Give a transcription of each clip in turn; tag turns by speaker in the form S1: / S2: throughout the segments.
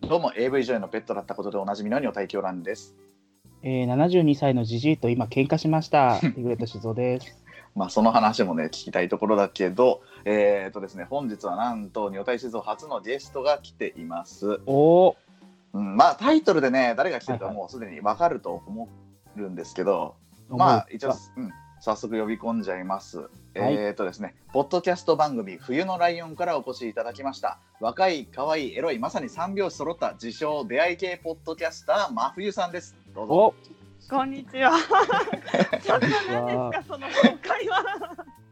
S1: どうも AV 女優のペットだったことでおなじみのニオ大京蘭です。
S2: えー、72歳のじじいと今喧嘩し ました。リグレット静雄です。
S1: まあその話もね聞きたいところだけど、えー、とですね本日はなんとニオ大静雄初のゲストが来ています。
S2: おお、
S1: うん、まあタイトルでね誰が来てるかもうすでにわかると思うんですけど、まあ一応、うん、早速呼び込んじゃいます。えー、とですねポッドキャスト番組「冬のライオン」からお越しいただきました若い可愛いエロいまさに三拍子揃った自称出会い系ポッドキャスター真冬さんです。どうぞ
S2: お、
S3: こんにちは。ちょっと何ですか、その紹介は。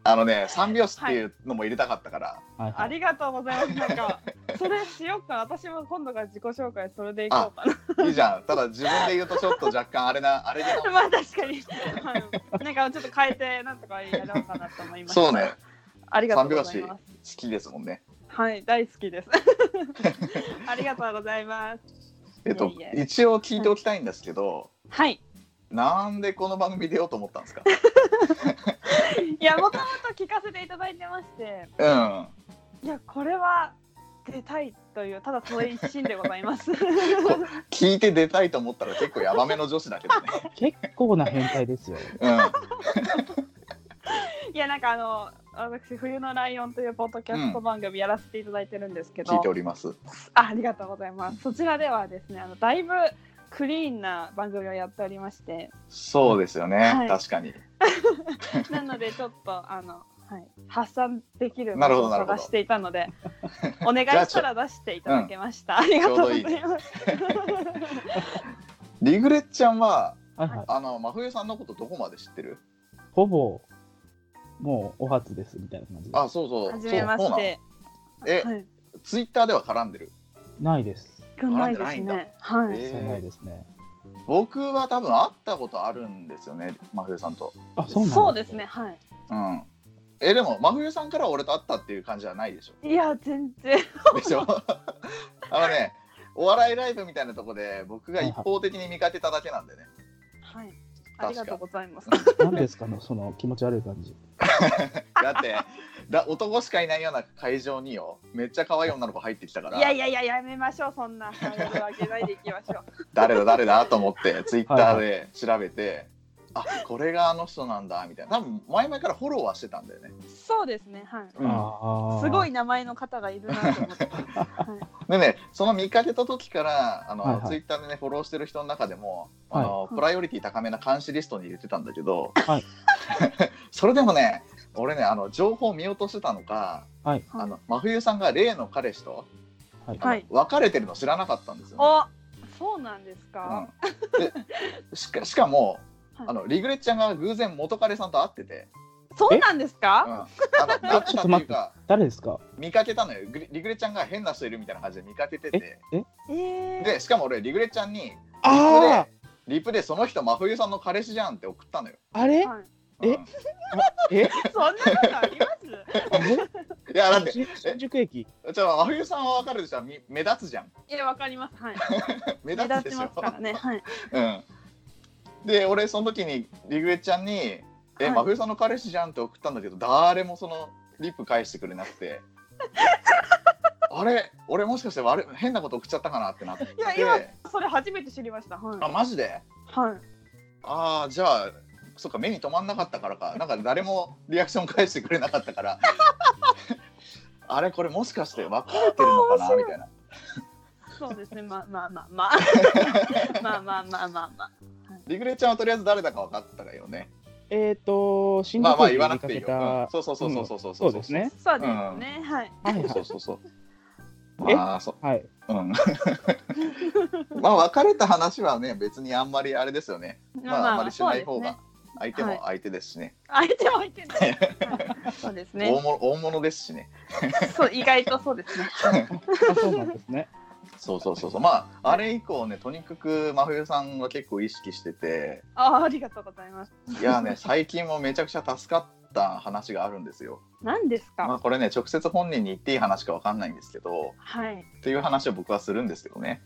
S1: あのね三拍子っていうのも入れたかったから、
S2: はいは
S3: あ
S2: い、
S3: りがとうございます。なんか、それしようかな。私も今度から自己紹介、それでいこうかな。
S1: い、いじゃんただ自分で言うとちょっと若干あれなあれじゃ
S3: まあ、確かに。はいなんか、ちょっと変えて、なんとかやろうかなと思いました。
S1: そうね。
S3: ありがとうござい
S1: 三拍
S3: ます。
S1: 好きですもんね
S3: はい、大好きです。 ありがとうございます。
S1: えっと
S3: いえいえ
S1: 一応聞いておきたいんですけど、
S3: はい。
S1: なんでこの番組出ようと思ったんです か
S3: いや、もともと聞かせていただいてまして、
S1: うん
S3: いや、これは出たいという、ただその一心でございます。
S1: 聞いて出たいと思ったら結構ヤバめの女子だけど ね、
S2: 結構な変態ですよ。
S1: う
S3: いやなんかあの私「冬のライオン」というポッドキャスト番組やらせていただいてるんですけ
S1: ん、聞
S3: ど、
S1: いております
S3: あありがとうございますそちらではですねあのだいぶクリーンな番組をやっており まして
S1: そうですよね、
S3: はい
S1: 確かに
S3: なのでちょっとあの、はい、発散できる
S1: なるほ
S3: 場
S1: どな
S3: 所を
S1: るほど
S3: 探していた のでお願い
S1: じゃあ
S3: したら出していただけました、ありがとうございます
S1: リグレッちゃんは
S2: はいはい、
S1: あの真冬さんのことどこまで知ってる
S2: ほぼ。もうお初ですみたいな感じで
S1: あそうそう
S3: 初めま
S1: そうそうなの
S3: して
S1: え、
S3: はい
S1: ツイッターでは絡んでる
S2: す。ないです。
S3: くんないです
S1: 絡んでないん
S3: ねはい、
S1: えー
S2: そうないですね。
S1: 僕は多分会ったことあるんですよね真冬さんと
S2: あ、そうなんだ
S3: そうですね。はい
S1: うんえでも真冬さんから俺と会ったっていう感じじゃない でしょ
S3: いや全然
S1: でしょ あのねお笑いライブみたいなとこで僕が一方的に見かけただけなんでね
S3: はい
S1: か
S3: ありがとうございます
S2: なんですかね、その気持ち悪い感じ。
S1: だってだ男しかいないような会場によめっちゃ可愛い女の子入ってきたから
S3: いやいやいややめましょうそんなハードル上げないでいきましょう
S1: 誰だ誰だと思 ってツイッターで調べて、あこれがあの人なんだみたいな多分前々からフォローはしてたんだよね、
S3: そうですねはい
S2: ああ。
S3: すごい。名前の方がいるなと 思って、はい
S1: でねその見かけた時からあの、
S2: はいはい
S1: ツイッターでねフォローしてる人の中でも、あの
S3: はい
S1: プライオリティ高めな監視リストに入れてたんだけど、
S2: はい
S1: それでもね俺ねあの情報を見落としてたのか
S2: はい。
S1: あの真冬さんが例の彼氏と
S2: はい。
S1: あの
S3: はい
S1: 別れてるの知らなかったんですよ、ね。
S3: おそうなんですか、
S1: うんでしかしかも、
S3: はい
S1: あのリグレッちゃんが偶然元彼さんと会ってて、
S3: そうなんです
S1: うん、
S3: か
S1: あの 会ってたっていうか
S2: 誰ですか。
S1: 見かけたのよグリリグレッちゃんが変な人いるみたいな感じで見かけてて
S3: えー、
S1: でしかも俺リグレッちゃんに
S2: あ
S1: リプでその人真冬さんの彼氏じゃんって送ったのよ、
S2: あ。あれ。
S3: はい、
S1: うん
S2: ええ。
S3: そんなことあります
S2: あれ
S1: いやだって
S2: 新新宿駅。
S1: じゃあ真冬さんは分かるでしょみ目立つじゃん
S3: いやわかりますはい
S1: 目
S3: 目
S1: 立つで
S3: 立
S1: し
S3: ち
S1: ょ
S3: ますからねはい
S1: うん、で俺その時にリグレッちゃんに「え、
S3: はい
S1: 真冬さんの彼氏じゃん」って送ったんだけど誰もそのリップ返してくれなくて あれ俺もしかして悪い変なこと送っちゃったかなってなって
S3: いや今それ初めて知りましたはい
S1: あマジで
S3: はい
S1: ああじゃあそっか目に留まんなかったからかなんか誰もリアクション返してくれなかったから あれこれもしかして別れてるのかなみたいな
S3: そうですねまあまあまあ まあまあまあまあまあまあ
S1: リグレちゃんはとりあえず誰だか分かったらいいよね
S2: えっと、新
S1: まあま
S2: 宿
S1: あ言
S2: 駅で
S1: わなく
S2: 見か
S1: ていい
S2: け
S1: よ、
S2: た
S1: うん。そうそうそうそうそうそう
S2: そうですね。
S3: そうですね、はい
S2: はいは
S1: そ
S2: いう
S1: そうそう
S2: え
S1: まあそ
S2: はい。
S1: う、うん、まあ別れた話はね別にあんまりあれですよねまああんまりしない方が相手も相手ですしね,、
S3: 相手も入ってないはい。そうですね。
S1: 大物大物ですしね
S3: そう意外とそうですね。
S2: あそうなんですね。
S1: そうそうそうそうまああれ以降ねとにかく真冬さんは結構意識してて
S3: ああありがとうございます。
S1: いや ね最近もめちゃくちゃ助かった話があるんですよ。
S3: 何ですか。
S1: まあこれね直接本人に言っていい話かわかんないんですけど
S3: はい。
S1: っていう話を僕はするんですけどね。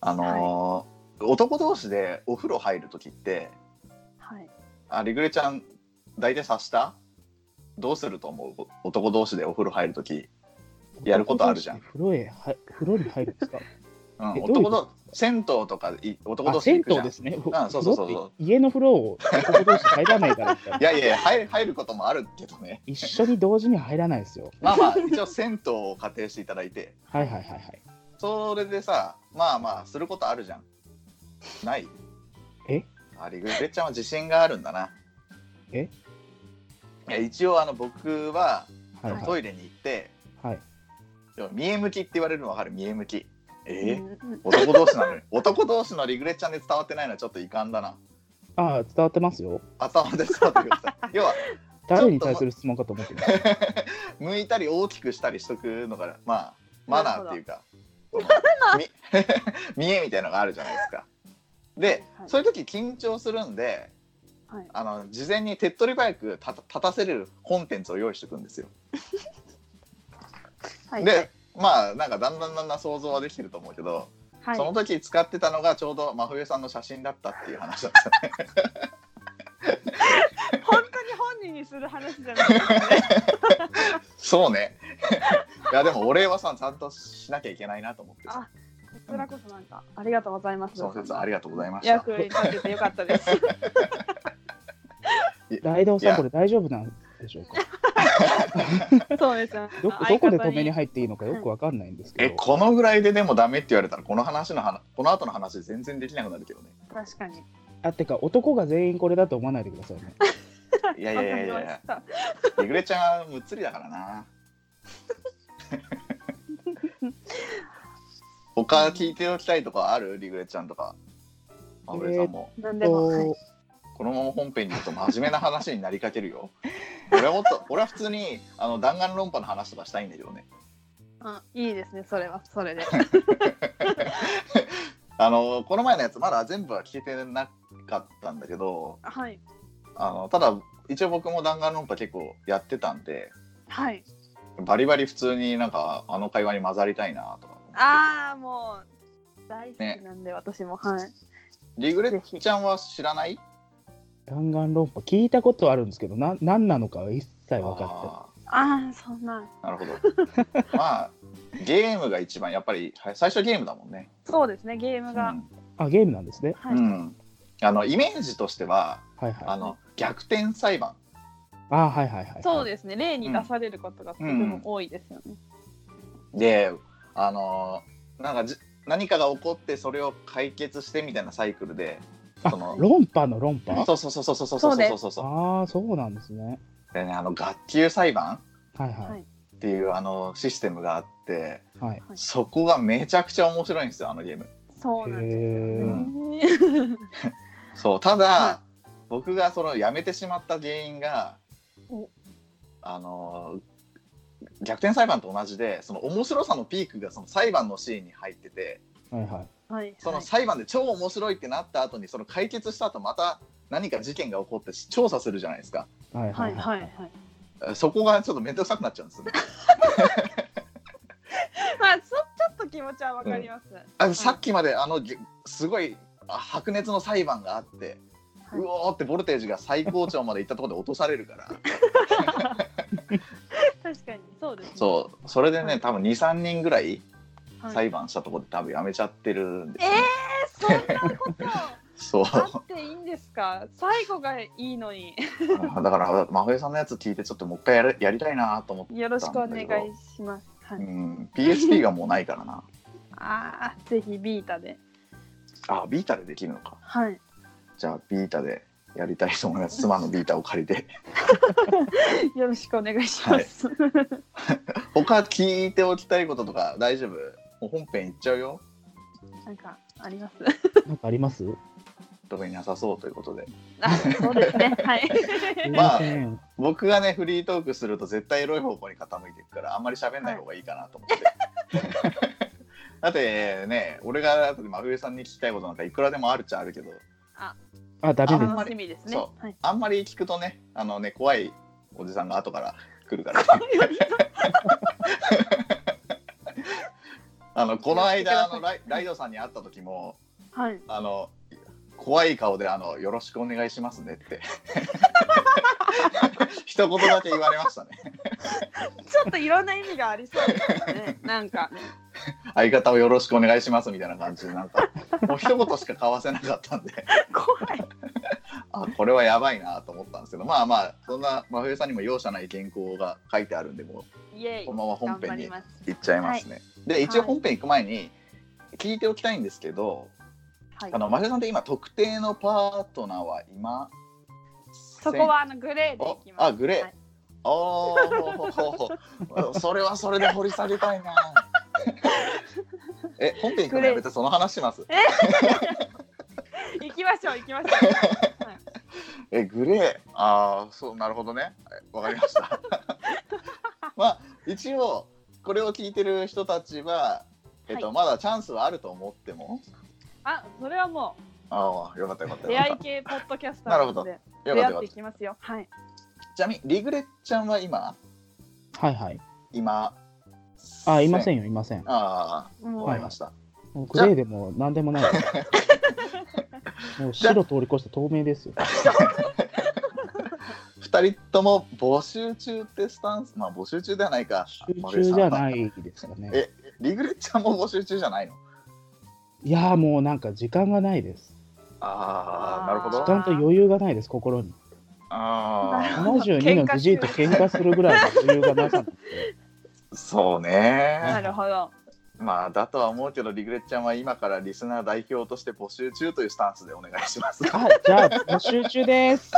S1: あのー男同士でお風呂入る時って
S3: はい。
S1: あリグレちゃん大体察したどうすると思う男同士でお風呂入る時やることあるじゃん
S2: 男同士で風呂へ、は、風呂に入るんですか。
S1: うん
S2: えどういうこと
S1: 男同銭湯とかい男同
S2: あ
S1: 士で
S2: 銭
S1: 行くじゃん
S2: 湯で
S1: い
S2: すね。
S1: んそうそうそうそう
S2: 風呂って家の風呂を男同士入らないからみたいな
S1: やいや入入ることもあるけどね
S2: 一緒に同時には入らないですよ。
S1: まあ まあ一応銭湯を仮定していただいて
S2: はいはいはいはい。
S1: それでさまあまあすることあるじゃんない
S2: え
S1: あリグレちゃんは自信があるんだな
S2: え
S1: いや一応あの僕は
S2: はいは
S1: トイレに行って、
S2: い。はい、
S1: でも見え向きって言われるの分かる見え向きえー
S3: うん
S1: 男同士なのに男同士のリグレちゃんで伝わってないのはちょっと遺憾だな
S2: ああ、伝わってますよ。
S1: 頭で伝わってください要は
S2: 誰に対する質問かと思ってます。
S1: 向いたり大きくしたりしとくのがまあマナーっていうかみ見えみ たいのがあるじゃないですか。で、
S3: はい
S1: そういう時緊張するんで
S3: はい
S1: あの事前に手っ取り早く立た立たせれるコンテンツを用意しておくんですよ。
S3: はい
S1: でまあなんかだんだんだんだん想像はできてると思うけど、
S3: はい
S1: その時使ってたのがちょうど真冬さんの写真だったっていう話 だったね。
S3: 本当に本人にする話じゃない ですね
S1: そうね いやでもお礼はさちゃんとしなきゃいけないなと思ってさ
S3: あこちらこそなんかありがとうございます
S1: その説はありがとうございました。
S3: 役に立ててよかったです
S2: ライドウ
S1: い
S2: さん、
S1: や
S2: これ大丈夫なんでしょうか
S3: そうですよ
S2: どこどこで止めに
S3: 相方
S2: 入っていいのかよくわかんないんですけ
S1: え
S2: ど。
S1: このぐらいででもダメって言われたらこの話の話この後の話全然できなくなるけど ね
S3: 確かに
S2: あ、てか、男が全員これだと思わないでくださいね。
S1: いやいやいやい
S3: わかりま
S1: や
S3: した
S1: リグレちゃんはむっつりだからな 他聞いておきたいとかあるリグレちゃんとか安部さんも、
S3: 何でも、はい
S2: と
S1: このまま本編にいると真面目な話になりかける よ俺はもっと俺は普通にあの弾丸論破の話とかしたいんだけどね
S3: あいいですねそれはそ れで
S1: あのこの前のやつまだ全部は聞いてなかったんだけど
S3: はい
S1: あのただ一応僕も弾丸論破結構やってたんで
S3: はい
S1: バリバリ普通になんかあの会話に混ざりたいなとか
S3: ああもう大好きなんで、私もはい
S1: リグレッちゃんは知らない
S2: 弾丸論破、聞いたことあるんですけど、な何なのかは一切分か
S1: あ
S3: ああそんな
S1: ーなるほど まあゲームが一番やっぱりはい最初ゲームだもんね、
S3: そうですねゲーム
S1: う
S3: が、
S1: ん
S2: って。あ、ゲームなんですね。
S3: はい、
S1: うんあのイメージとしては
S2: はいはい。
S1: あの逆転裁判
S2: あ、はいはいはい。
S3: そう
S2: で
S3: ですね例に出されることがとても多いですよね、
S1: であのなんかじ何かが起こってそれを解決してみたいなサイクルでそ の
S2: 論破の論破
S1: そうそうそうそうそうそう
S3: そ
S1: そう
S3: うです
S1: そうそうそ
S2: ああ、そうなんですね。
S1: うでねあの学級裁判
S2: はいは
S3: はいい。
S1: っていうあのシステムがあって
S2: はい。
S3: はい
S1: そこがめちゃくちゃ面白いんですよあのゲーム
S3: そうなんですよ
S2: へ
S3: ね。
S1: そうただ、
S3: は
S1: 僕がその辞めてしまった原因が
S3: お
S1: あのー逆転裁判と同じでその面白さのピークがその裁判のシーンに入ってて
S2: はいはい。
S3: はい。
S1: その
S3: はい
S1: 裁判で超面白いってなった後にその解決した後また何か事件が起こって調査するじゃないですか
S2: はい
S3: は
S2: はいい
S3: は
S2: はい。
S3: はいい。
S1: そこがちょっと面倒くさくなっちゃうんですよね
S3: まあ、そ、ちょっと気持ちはわかります。
S1: あさっきまであのぎすごいあ白熱の裁判があって、
S3: はいう
S1: おーってボルテージが最高潮までいったところで落とされるから。
S3: 確かに、そうです、ね。
S1: そうそれで
S3: は
S1: ね
S3: い
S1: 多分23人ぐらい
S3: はい
S1: 裁判したところで多分やめちゃってるんで
S3: え
S1: すよね、
S3: えー、そんなこと。
S1: そう
S3: あっていいんですか。最後がいいのに。
S1: うん だから真冬さんのやつ聞いてちょっともう一回やるやりたいなと思って、
S3: よろしくお願いします。は
S1: う
S3: い。
S1: ん、PSP がもうないからな
S3: ああ、ぜひビータで。
S1: あビータでできるのか
S3: はい。
S1: じゃあビータでやりたいと思います妻のビータを借りて
S3: よろしくお願いします。
S1: 他聞いておきたいこととか大丈夫もう本編いっちゃうよ
S3: なんか、あります。
S2: なんかあります
S1: 特になさそうということで
S3: あ、そうですね。はい。
S1: まあ
S2: すいせん
S1: 僕がねフリートークすると絶対エロい方向に傾いていくからあんまり喋んない方がいいかなと思って、 だってね俺が真冬さんに聞きたいことなんかいくらでもあるっちゃあるけど
S2: あ、ダメです。
S3: 楽しみですね。
S1: そ
S3: はい。
S1: あんまり聞くとねあのね怖いおじさんが後から来るから、あのこの間あのライライドさんに会った時も
S3: はい。
S1: あの怖い顔であの「よろしくお願いしますね」って 一言だけ言われましたね。
S3: ちょっといろんな意味がありそうですね。なんかね。
S1: 相方をよろしくお願いしますみたいな感じで、なんか、もう一言しか交わせなかったんで、
S3: 怖い。
S1: あ、 これはやばいなと思ったんですけど、まあまあ、そんな真冬さんにも容赦ない原稿が書いてあるんで、も
S3: イエ
S1: う
S3: イ。
S1: このまま本
S3: 頑張
S1: 編
S3: り
S1: に
S3: ます。
S1: 行っちゃいますね。で、一応本編行く前に、聞いておきたいんですけど、
S3: はい
S1: あ。の、真冬さんって今、特定のパートナーはいませ
S3: そ
S1: ん
S3: こはあのグレーでいきます。
S1: あグレー
S3: はい
S1: ああ、ほうほうほうほうそれはそれで掘り下げたい な。え、本編行くのやめてその話します。
S3: 行きましょう行きましょう。はい
S1: え、グレー。ああ、そう、なるほどね。えわかりました。 まあ、一応、これを聞いてる人たちは、えっと、
S3: は
S1: まだチャンスはあると思っても。
S3: あ、それはも
S1: ああ、よかったよかった
S3: う
S1: よ
S3: 出
S1: かった。
S3: 会い系ポッドキャスターなので
S1: よかったよ
S3: 出会っ
S1: か
S3: て
S1: っ
S3: いきますよ。はい。
S1: た。ちなみに、リグレッちゃんは今、
S2: はいはい。
S1: 今。
S2: あ、いませ
S1: ん。
S2: んよ、いません。
S1: あ
S3: う
S1: あ、
S3: ん
S1: わかりました。
S2: もうグレーでも何でもないです。もう白通り越して透明ですよ。
S1: 2人とも募集中ってスタンスまあ募集中ではないか
S2: 集中じゃないいですかね。
S1: えリグレッちゃんも募集中じゃないの
S2: いやーもうなんか時間がないです。
S1: あ
S3: あ
S1: あ
S3: ー
S1: なるほ
S2: 時
S1: ど
S2: 間と余裕がないです、心に。
S1: あ
S2: 72のじじいと喧嘩するぐらいの余裕がなさく
S1: あ
S2: て。
S1: そう
S3: な
S1: ね
S3: るほど。
S1: まあだとは思うけどリグレッちゃんは今からリスナー代表として募集中というスタンスでお願いし ます
S2: あ、じゃあ、募集中 です。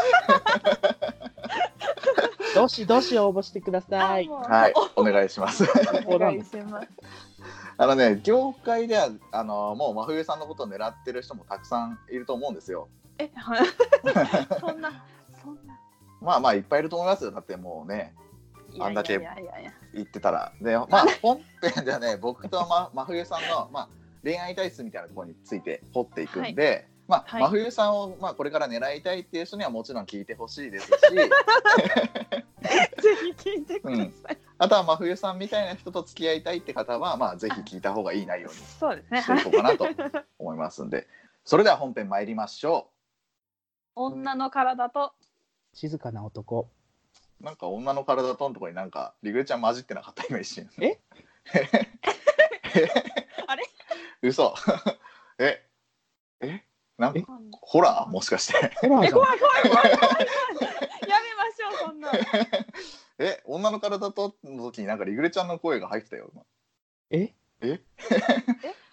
S2: どしどし応募してくださ
S3: あ
S2: い。
S3: もう
S1: はいお願いします
S3: お願いします。
S1: あのね業界ではあのもう真冬さんのことを狙ってる人もたくさんいると思うんですよ
S3: え、 はいそんなそんな。
S1: まあまあいっぱいいると思いますよだってもうね
S3: いや
S1: あんだけ
S3: いやいやいやいや。
S1: 言ってたらでまあ本編ではね僕と、ま、 真冬さんの、まあ、恋愛体質みたいなところについて掘っていくんで、まあ
S3: はい
S1: 真冬さんを、まあ、これから狙いたいっていう人にはもちろん聞いてほしいですし
S3: ぜひ聞いてください。
S1: あとは真冬さんみたいな人と付き合いたいって方は、まあ、ぜひ聞いた方がいい内容に
S3: そうですね。
S1: していこうかなと思いますんでそれでは本編参りましょ
S3: 女の体と
S2: 静かな男。
S1: う。なんか女の体とのとこになんかリグレちゃん混じってなかった今一瞬。
S2: え
S3: あれ
S1: 嘘 ええなんか
S2: え
S1: ホラーもしかして
S2: ホラー
S3: え
S2: じゃん
S3: 怖い怖い怖い怖い怖いやめましょうそんな
S1: え、女の体との時になんかリグレちゃんの声が入ってたよ。今
S2: え
S1: え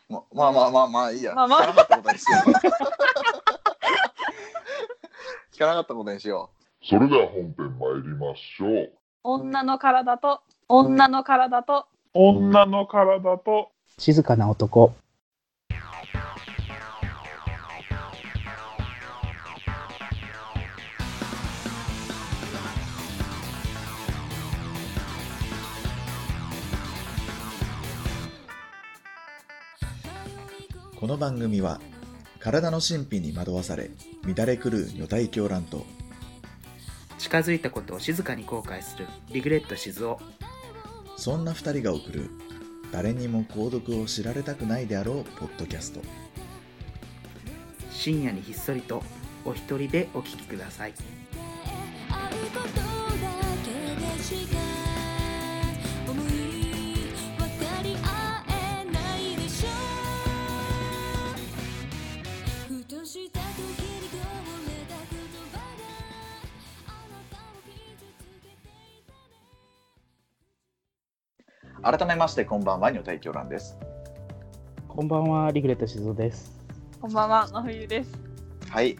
S1: ままあまあまあまあいいや。
S3: まあまあ
S1: 聞かなかったことにしよう。 聞かなかったことにしよ
S4: それでは本編参りましょう。
S3: 女の体と女の体と
S4: 女の体と
S2: 静かな男。
S5: この番組は体の神秘に惑わされ乱れ狂う女体狂乱と
S6: 近づいたことを静かに後悔するリグレット静雄
S5: そんな2人が送る誰にも購読を知られたくないであろうポッドキャスト
S6: 深夜にひっそりとお一人でお聞きください
S7: 「あることだけでしか思い分かり合えないでしょ」「ふとした時にこぼれた言葉があなたを傷つけていた」
S1: う。改めましてこんばんは、女体狂乱です。
S2: こんばんは、リグレット静雄です。
S3: こんばんは真冬です
S1: はい。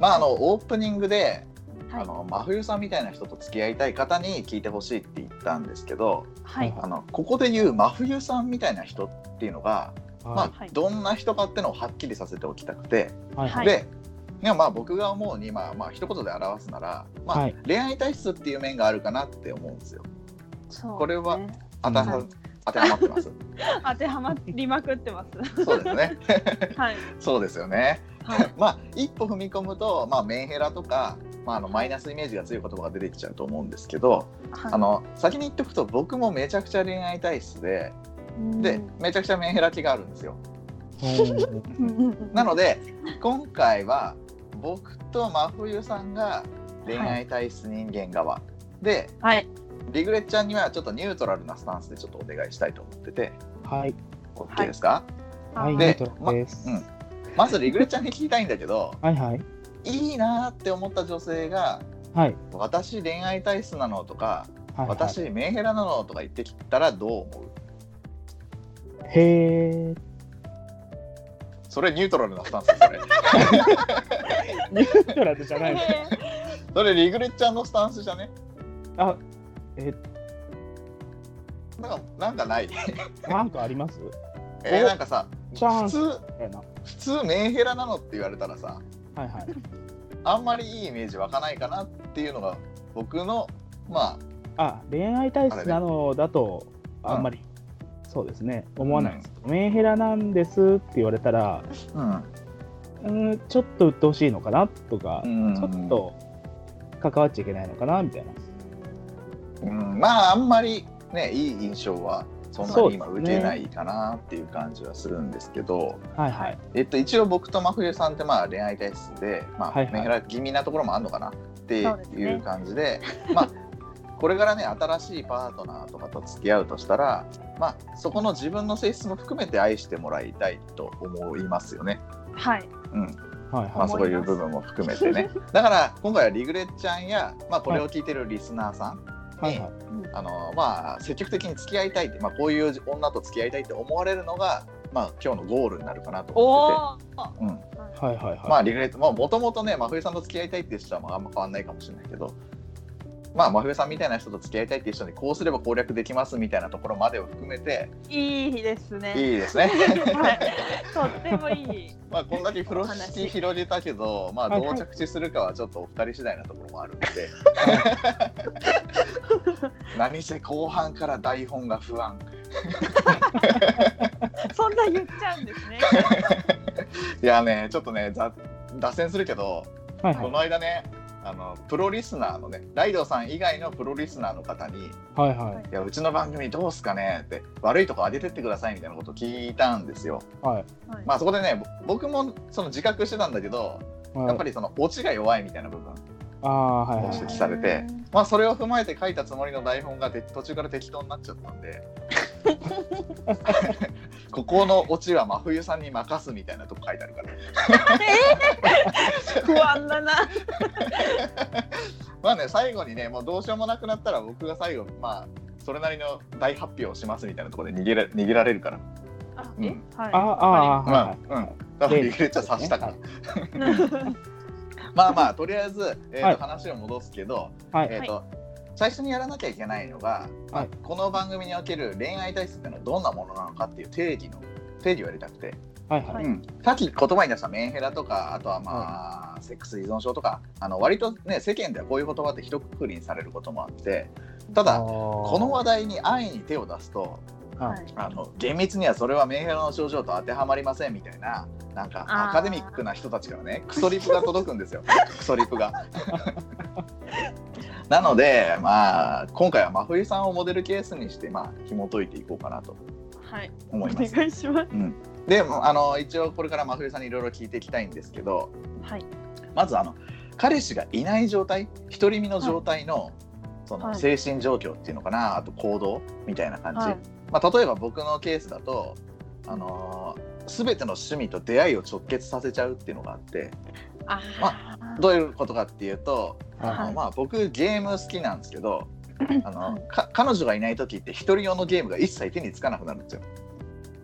S1: まああのオープニングで、
S3: はい
S1: あの真冬さんみたいな人と付き合いたい方に聞いてほしいって言ったんですけど、
S3: はい
S1: あのここで言う真冬さんみたいな人っていうのが、
S2: は
S1: まあ
S3: はい
S1: どんな人かってのをはっきりさせておきたくて。
S2: い。はい。
S3: はい
S1: ででもまあ僕が思うに、まあ、まあ一言で表すなら、まあ
S2: はい
S1: 恋愛体質っていう面があるかなって思うんですよ。
S3: そう
S1: これは
S3: ね
S1: 当ては,、
S3: はい
S1: 当てはまってます。
S3: 当てはまりまくってます
S1: そうですね。
S3: はい
S1: そうですよね。
S3: はい
S1: まあ一歩踏み込むと、まあ、メンヘラとか、まあ、あのマイナスイメージが強い言葉が出てきちゃうと思うんですけど、
S3: はい
S1: あの先に言っておくと僕もめちゃくちゃ恋愛体質で
S3: うん
S1: でめちゃくちゃメンヘラ気があるんですよ。
S3: うんうんうん
S1: なので今回は僕と真冬さんが恋愛体質人間側、で
S3: はい。
S1: リグレッちゃんにはちょっとニュートラルなスタンスでちょっとお願いしたいと思ってて
S2: はい。
S1: OK ですか、
S2: はい、ニ
S1: で
S2: ュートラルです。
S1: まうんまずリグレッちゃんに聞きたいんだけど
S2: はいはい。
S1: いいなーって思った女性が
S2: はい。
S1: 「私恋愛体質なの?」とか
S2: はい、はい。
S1: 私メンヘラなのとか言ってきたらどう思う
S2: へー。
S1: それニュートラルなスタンスです ね
S2: ニュートラルじゃないの
S3: へー
S1: それリグレッちゃんのスタンスじゃね
S2: あ、え、
S1: なんかなんかない
S2: なんかあります
S1: えーなんかさ
S2: チャ
S1: 普
S2: ンス
S1: 通
S2: みたいな。は
S1: 普通メンヘラなのって言われたらさ
S2: いはい。
S1: あんまりいいイメージ湧かないかなっていうのが僕のまあ
S2: あ、恋愛体質なのだと、
S1: あれね
S2: あんまり、そうですね、思わないです。メンヘラなんですって言われたら、うーん、ちょっと鬱陶しいのかなとか、
S1: うん
S2: ちょっと関わっちゃいけないのかなみたいな。
S1: うんまああんまりねいい印象はそんな
S2: そう
S1: に
S2: ですね
S1: 今受けないかなっていう感じはするんですけど
S2: はいはい。
S1: えっと、一応僕と真冬さんってまあ恋愛体質で、まあ
S2: はいはい
S1: メンヘラ気味なところもあるのかなって
S3: そうです
S1: い
S3: ね
S1: う感じでまあこれからね新しいパートナーとかと付き合うとしたら、まあ、そこの自分の性質も含めて愛してもらいたいと思いますよね、
S3: は
S2: は
S3: い。
S2: い
S1: ま
S2: は
S1: あ、
S2: い。
S1: そういう部分も含めてねだから今回はリグレッちゃんや、まあ、これを聞いてるリスナーさん、
S2: はいはい。
S1: あのまあ、積極的に付き合いたいって、まあ、こういう女と付き合いたいって思われるのが、まあ、今日のゴールになるかなと
S3: お
S1: 思っ
S3: お。
S1: てて。うん
S2: はいはいはい。
S1: まあリグレット、まあもともとね、真冬さんと付き合いたいっていう人はまああんま変わんないかもしれないけど、まあ真冬さんみたいな人と付き合いたいっていう人にこうすれば攻略できますみたいなところまでを含めて、
S3: いいです
S1: いい
S3: ね。
S1: ですね。
S3: はい。とってもいい。
S1: まあこんだけ風呂敷広げたけど、まあ
S2: はい
S1: どう着地するかはちょっとお二人次第なところもある ので、何せ後半から台本が不安。
S3: そんな言っちゃうんですね。
S1: いやね、ちょっとね、ざ脱線するけど、
S2: はいは
S1: こ
S2: い。
S1: の間ね、あのプロリスナーのね、ライドさん以外のプロリスナーの方に、
S2: はいはい
S1: やうちの番組どうすかねって悪いとこ上げてってくださいみたいなことを聞いたんですよ。
S2: い。はい。
S3: はい
S1: まあそこでねぼ僕もその自覚してたんだけどやっぱ
S2: り。
S1: りそのオチが弱いみたいな部分
S2: ああ、はい
S1: を
S2: は
S1: 指
S2: い。
S1: 摘されてまあそれを踏まえて書いたつもりの台本がて途中から適当になっちゃったん でここのオチは真冬さんに任すみたいなとこ書いてあるから
S3: 不安だな。
S1: まあね最後にねもうどうしようもなくなったら僕が最後まあそれなりの大発表をしますみたいなところで逃げら逃げられるから
S3: あ
S1: うん
S3: えはい。
S2: ああ、
S1: ま
S2: は
S1: あ
S2: い
S1: うん
S2: はい。
S1: だから逃げちゃさしたから。まあまあとりあえず、えーと
S2: はい
S1: 話を戻すけど、
S2: はい
S1: えーと最初にやらなきゃいけないのが、まあ
S2: はい
S1: この番組における恋愛体質ってのはどんなものなのかっていう定義の定義をやりたくて、
S2: はいはい。
S1: うんさっき言葉に出したメンヘラとかあとはまあ、セックス依存症とかあの割とね世間ではこういう言葉って一括りにされることもあってただこ
S2: こ
S1: の話題に安易に手を出すと
S3: はい
S1: あの厳密にはそれはメンヘラの症状と当てはまりませんみたいななんか
S3: あー
S1: アカデミックな人たちからねクソリプが届くんですよ クソリプが。なのでまあ今回は真冬さんをモデルケースにしてまあ紐解いていこうかなと
S3: はい。お
S1: 思います。
S3: 願いします。
S1: でもあの一応これから真冬さんにいろいろ聞いていきたいんですけど
S3: はい。
S1: まずあの彼氏がいない状態独り身の状態の、その
S3: はい
S1: 精神状況っていうのかなあと行動みたいな感じ、
S3: はい
S1: まあ、例えば僕のケースだと、あのー全ての趣味と出会いを直結させちゃうっていうのがあって
S3: あー
S1: どういうことかっていうと、あの
S3: はい
S1: まあ、僕ゲーム好きなんですけど、あのか彼女がいない時って一人用のゲームが一切手につかなくなるんですよ。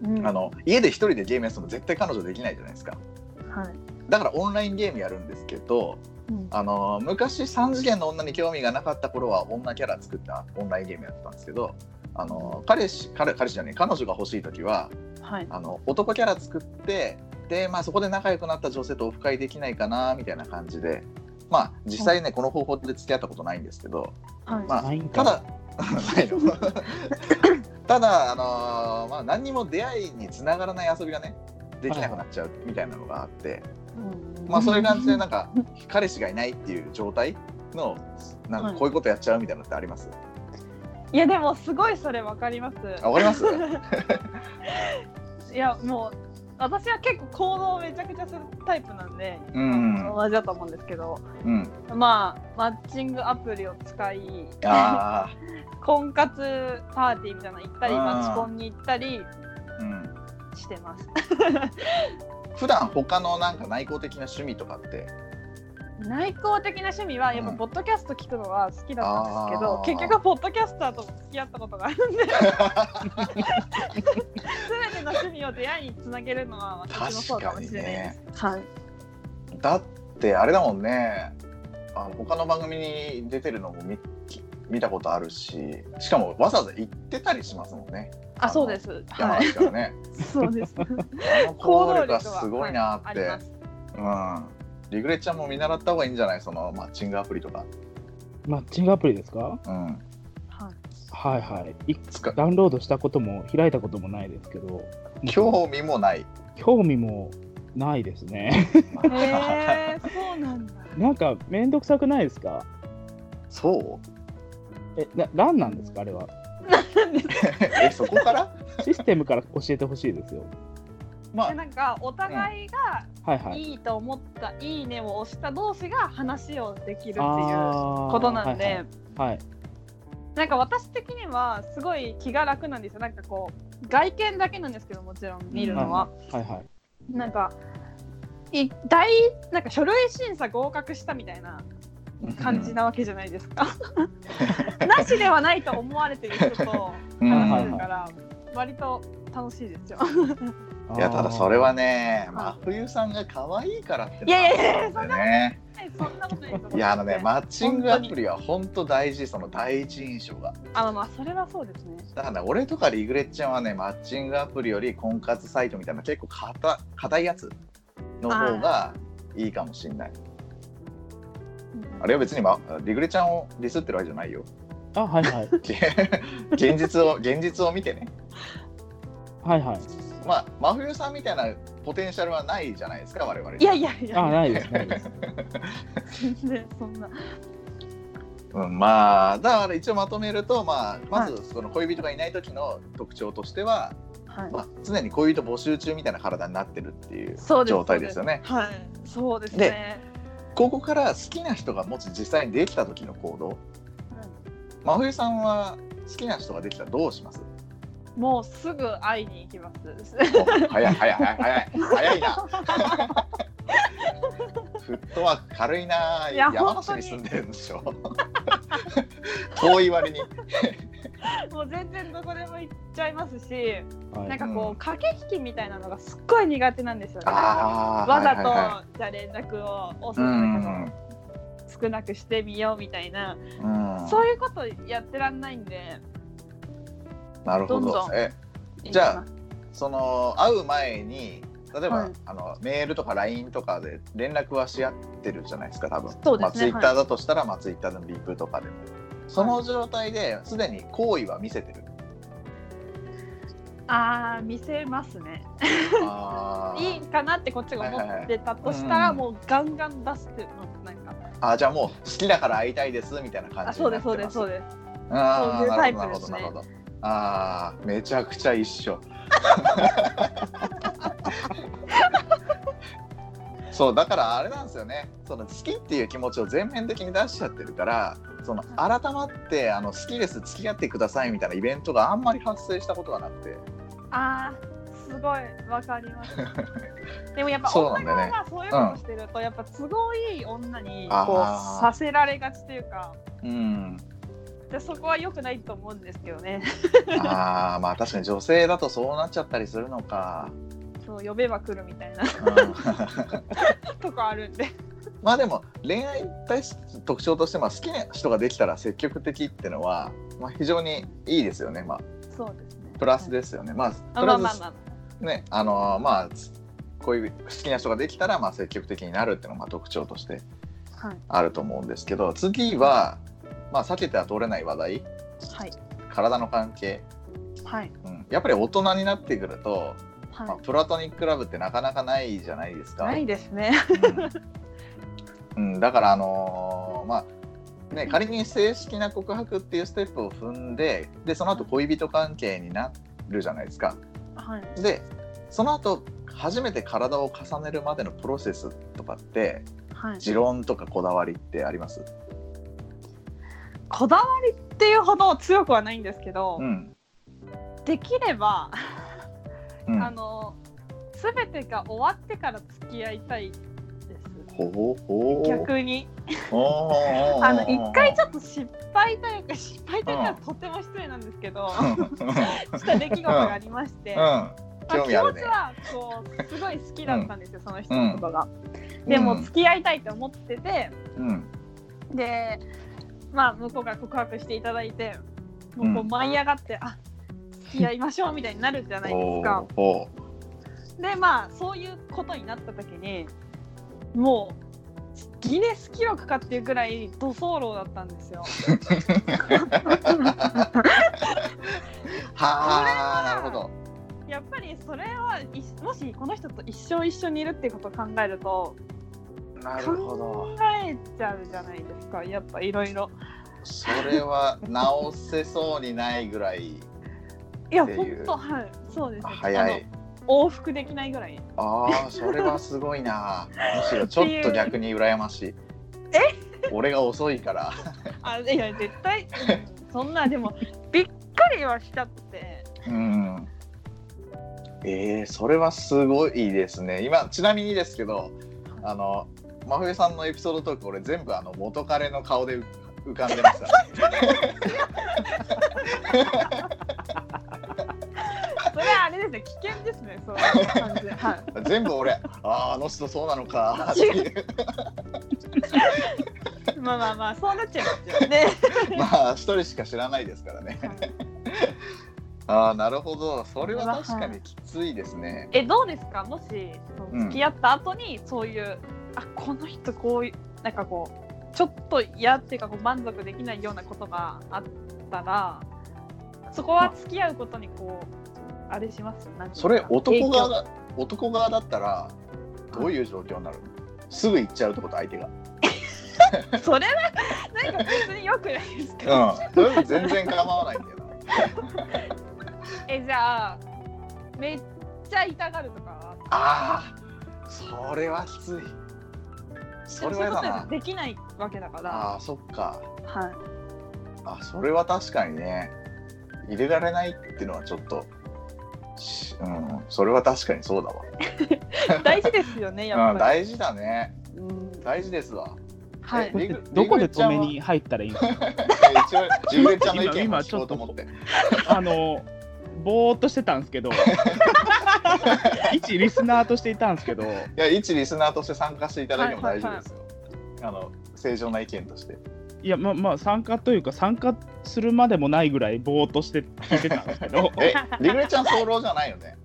S3: うん
S1: あの家で一人でゲームやっても絶対彼女できないじゃないですか。
S3: はい。
S1: だからオンラインゲームやるんですけど、
S3: うん
S1: あの昔3次元の女に興味がなかった頃は女キャラ作ったオンラインゲームやってたんですけどあの彼氏彼彼氏じゃねえ彼女が欲しい時は
S3: はい。
S1: あの男キャラ作ってで、まあ、そこで仲良くなった女性とオフ会できないかなみたいな感じで、まあ、実際ねこの方法で付き合ったことないんですけど、
S3: はい。
S1: まあ
S2: ないん、
S1: た
S2: か
S1: だ ないの ただ、あのーまあ、何にも出会いにつながらない遊びがねできなくなっちゃうみたいなのがあって。
S3: うん
S1: まあそういう感じでなんか彼氏がいないっていう状態のなんかこういうことやっちゃうみたいなのってあります、
S3: いやで もすごいそれわかります。
S1: あわかります
S3: いやもう私は結構行動をめちゃくちゃするタイプなんで、
S1: うん
S3: 同じだと思うんですけど、
S1: うん
S3: まあ、マッチングアプリを使い、
S1: あ
S3: 婚活パーティーみたいなの行ったり、
S1: うん
S3: マチコンに行ったり
S1: あうん
S3: してます。
S1: 普段他のなんか内向的な趣味とかって
S3: 内向的な趣味は、やっぱ、
S1: うん
S3: ポッドキャスト聞くのは好きだったんですけ
S1: あ
S3: ど
S1: ー、
S3: 結局、ポッドキャスターと付き合ったことがあるんで、すべての趣味を出会いにつなげるのは、私もそうかもしれないです。はい
S1: だってあれだもんねあの他の番組に出てるのも見見たことあるししかもわざわざ行ってたりしますもんね
S3: あ、そうです。
S1: 山
S3: はい。
S1: 梨からね、
S3: そうです。
S1: あの行動力はすごいなっ
S3: あ
S1: て、
S3: ります。
S1: うんリグレちゃんも見習った方がいいんじゃないそのマッチングアプリとか
S2: マッチングアプリですか
S1: うん
S3: はい。
S2: はいはいい
S1: つか
S2: ダウンロードしたことも開いたこともないですけど
S1: 興味もない
S2: 興味もないですね
S3: へえー、そうな んだ。
S2: なんかめんどくさくないですか
S1: そう
S2: えな何なんですかあれは
S1: えそこ から
S2: システムから教えてほしいですよ
S1: ま
S3: でなんかお互いが
S2: はいはい
S3: いいと思った、い、いねを押した同士が話をできるっていう
S2: あー
S3: ことなんで、
S2: はいはい、はい
S3: なんか私的にはすごい気が楽なんですよなんかこう外見だけなんですけどもちろん見るのは、
S2: はいはい
S3: なんかい大なんか書類審査合格したみたいな
S1: あ
S3: 感じなわけじゃないです か。なしではないと思われてる人と
S1: うん
S2: はいは
S3: 話せ
S2: い
S3: る
S2: は
S3: から、割と楽しいですよ。
S1: いやただそれはね
S2: ね
S3: あ
S1: 真冬さんが可愛いからって
S3: いやいやいや
S1: なんだよね
S3: そんなことないですよ
S1: いやあのねマッチングアプリは本当大事その第一印象が
S3: あのまあそれはそうですね。
S1: だからね俺とかリグレッちゃんはねマッチングアプリより婚活サイトみたいな結構硬硬いやつの方がいいかもしんないあれは別に、ま、リグレちゃんをディスってるわけじゃないよ
S2: あはいはい
S1: 現実を現実を見てね
S2: はいはい
S1: まあ真冬さんみたいなポテンシャルはないじゃないですか我々に
S3: いやいやい
S2: あ
S3: や、
S2: ないですないです
S3: 全然そんな。
S1: うん、まあだから一応まとめると、まあ、まずその恋人がいない時の特徴としては、
S3: はい
S1: ま。あ、常に恋人募集中みたいな体になってるっていう
S3: そうです
S1: 状態ですよね。
S3: はい。そうですね。
S1: ここから好きな人がもし実際にできた時の行動真冬さんは好きな人ができたらどうし ます
S3: うんもうすぐ会いに行きます。
S1: お早い早い早い早い早いな フットワーク軽いない
S3: や
S1: 山梨に住んでるんでしょ遠い割に
S3: もう全然どこでも行っちゃいますし、
S2: はい
S3: なんか
S1: う
S3: こ
S1: ん
S3: う駆け引きみたいなのがすっごい苦手なんですよね。
S1: あー
S3: わざ
S1: はいはいは
S3: とじゃあ連絡を遅
S1: いう
S3: く
S1: ん
S3: 少なくしてみようみたいな、
S1: うん
S3: そういうことやってらんないんで。
S1: なるほど
S3: どんどん
S1: えじゃあその会う前に例えば、
S3: はい
S1: あのメールとか LINE とかで連絡はし合ってるじゃないですか多分
S3: そうですね
S1: まあ、ツイッターだとしたら、まあ、ツイッターのリプとかでもその状態ですでに好意は見せ てる、
S3: ああ見せますね。
S1: あ
S3: いい
S1: ー
S3: かなってこっちが思ってたとした
S1: はいはいはい
S3: ら、
S1: うん
S3: もうガンガン出すっていうのなんか
S1: あーじゃあもう好きだから会いたいですみたいな感
S3: あ
S1: じに
S3: そ
S1: な
S3: うで
S1: ってます
S3: すそうですそう
S1: で
S3: です
S1: あ
S3: そういう
S1: あ
S3: タ
S1: な
S3: イ
S1: る
S3: プ
S1: ほどなるほ
S3: です
S1: ど
S3: ね
S1: なるほどああめちゃくちゃ一 緒そうだからあれなんですよねその好きっていう気持ちを全面的に出しちゃってるからその改まってあの好きです付き合ってくださいみたいなイベントがあんまり発生したことがなくて
S3: す。ああすごいわかり ます。でもやっぱ
S1: そうな
S3: 女
S1: んだよね
S3: 側がそういうことしてると、やっぱ都合いい女にこ
S1: あー
S3: うさせられがちというか。
S1: うん
S3: でそこは良くないと思うんですけどね。
S1: あーまあ確かに女性だとそうなっちゃったりするのか、
S3: そう呼べば来るみたいな
S1: うん
S3: とこあるんで。
S1: まあでも恋愛に対し特徴としてまあ好きな人ができたら積極的ってのは、まあ、非常にいいですよねまあ
S3: そうですね。
S1: プラス
S3: す。
S1: ですよね、まあと
S3: あ
S1: り
S3: ま
S1: あ
S3: あ
S1: えず
S3: まあまあ。
S1: ねあのーまあつ恋人好きな人ができたらまあ積極的になるっていうのがまあ特徴として
S3: はい
S1: あると思うんですけど次は、まあ、避けては通れない話題
S3: はい
S1: 体の関係、
S3: はい
S1: うん、やっぱり大人になってくると、まあ、
S3: は
S1: プラトニックラブってなかなかないじゃないです
S3: い。
S1: か。
S3: ないですね。
S1: うん、だからあのーまあね仮に正式な告白っていうステップを踏んででその後恋人関係になるじゃないですか。
S3: はい。
S1: でその後初めて体を重ねるまでのプロセスとかって
S3: はい、
S1: 持論とかこだわりってあります
S3: こだわりっていうほど強くはないんですけど、
S1: うん、
S3: できれば、
S1: うん、
S3: あの全てが終わってから付き合いたいです
S1: ほうほう
S3: 逆に
S1: おーおー
S3: あの一回ちょっと失敗というか失敗というかとても失礼なんですけ ど
S1: うんうん
S3: した出来事がありまして、 まあ、
S1: 興
S3: 気
S1: 味ある
S3: 持
S1: ね
S3: ちはこうすごい好きだったんですよ、その人のことが。
S1: うん
S3: でも付き合いたいと思ってて
S1: うん
S3: でまあ向こうが告白していただいてもうこ
S1: う
S3: うん舞い上がって、あ付き合いましょうみたいになるじゃないですか。
S1: おーお
S3: でまあそういうことになった時にもうギネス記録かっていうぐらい土走路だったんですよ。
S1: ーはあなるほど
S3: やっぱりそれはいもしこの人と一生一緒にいるっていうことを考えると
S1: なるほど
S3: 考えちゃうじゃないですかやっぱいろいろ。
S1: それは直せそうにないぐらい
S3: いや
S1: って
S3: ほ
S1: い
S3: ん
S1: う
S3: とはいそうですね
S1: 早い
S3: あの往復できないぐらい。
S1: ああそれはすごい なむしろちょっと逆に羨ましいえ俺が遅いから
S3: あいや絶対、 うんそんなでもびっくりはしちゃって。
S1: うんえー、それはすごいですね今ちなみにですけどあの真冬さんのエピソードトーク俺全部あの元彼の顔で浮かんでます から
S3: それはあれですね危険ですねそういう感じで。はい
S1: 全部俺あああの人そうなのかって
S3: 違
S1: いう
S3: まあまあまあそうなっちゃいますよね。
S1: まあ一人しか知らないですからねああなるほどそれは確かにきついですね
S3: えどうですかもしそ
S1: うん
S3: の付き合った後にそういう、あこの人こういうなんかこうちょっと嫌っていうかこう満足できないようなことがあったらそこは付き合うことにこうあれしますなんていう
S1: そ
S3: の
S1: れ
S3: かな
S1: 男側
S3: 影響
S1: が男側だったらどういう状況になるのすぐ行っちゃうってこと相手が
S3: それはなんか別によくないですか、
S1: うん全然構わないんだよな
S3: えじゃあめっちゃ痛がるとか
S1: ああそれはきついそれは
S3: で
S1: や
S3: もそ
S1: だ
S3: ういうこと
S1: な
S3: できないわけだから
S1: ああそっか
S3: はい
S1: あそれは確かにね入れられないっていうのはちょっとしうんそれは確かにそうだわ
S3: 大事ですよねや
S1: う
S3: っ
S1: ん、
S3: ぱり、
S1: 大事だね
S3: うん
S1: 大事ですわ
S3: はい
S1: えリグ
S2: どこで止めに入ったらいいの
S1: え一 応ジグレちゃんの意見
S2: 今
S1: も
S2: 今
S1: 聞
S2: ちょ
S1: こ
S2: っ
S1: う
S2: と
S1: と思って
S2: あのぼーっとしてたんですけど一リスナーとしていたんですけど
S1: いや一リスナーとして参加していただいても
S3: は
S1: 大
S3: い
S1: 丈
S3: はい
S1: 夫
S3: はい
S1: ですよ、あの正常な意見として
S2: いやまあまあ参加というか参加するまでもないぐらいぼーっとして聞いてたんですけど
S1: えリグレちゃん早漏じゃないよね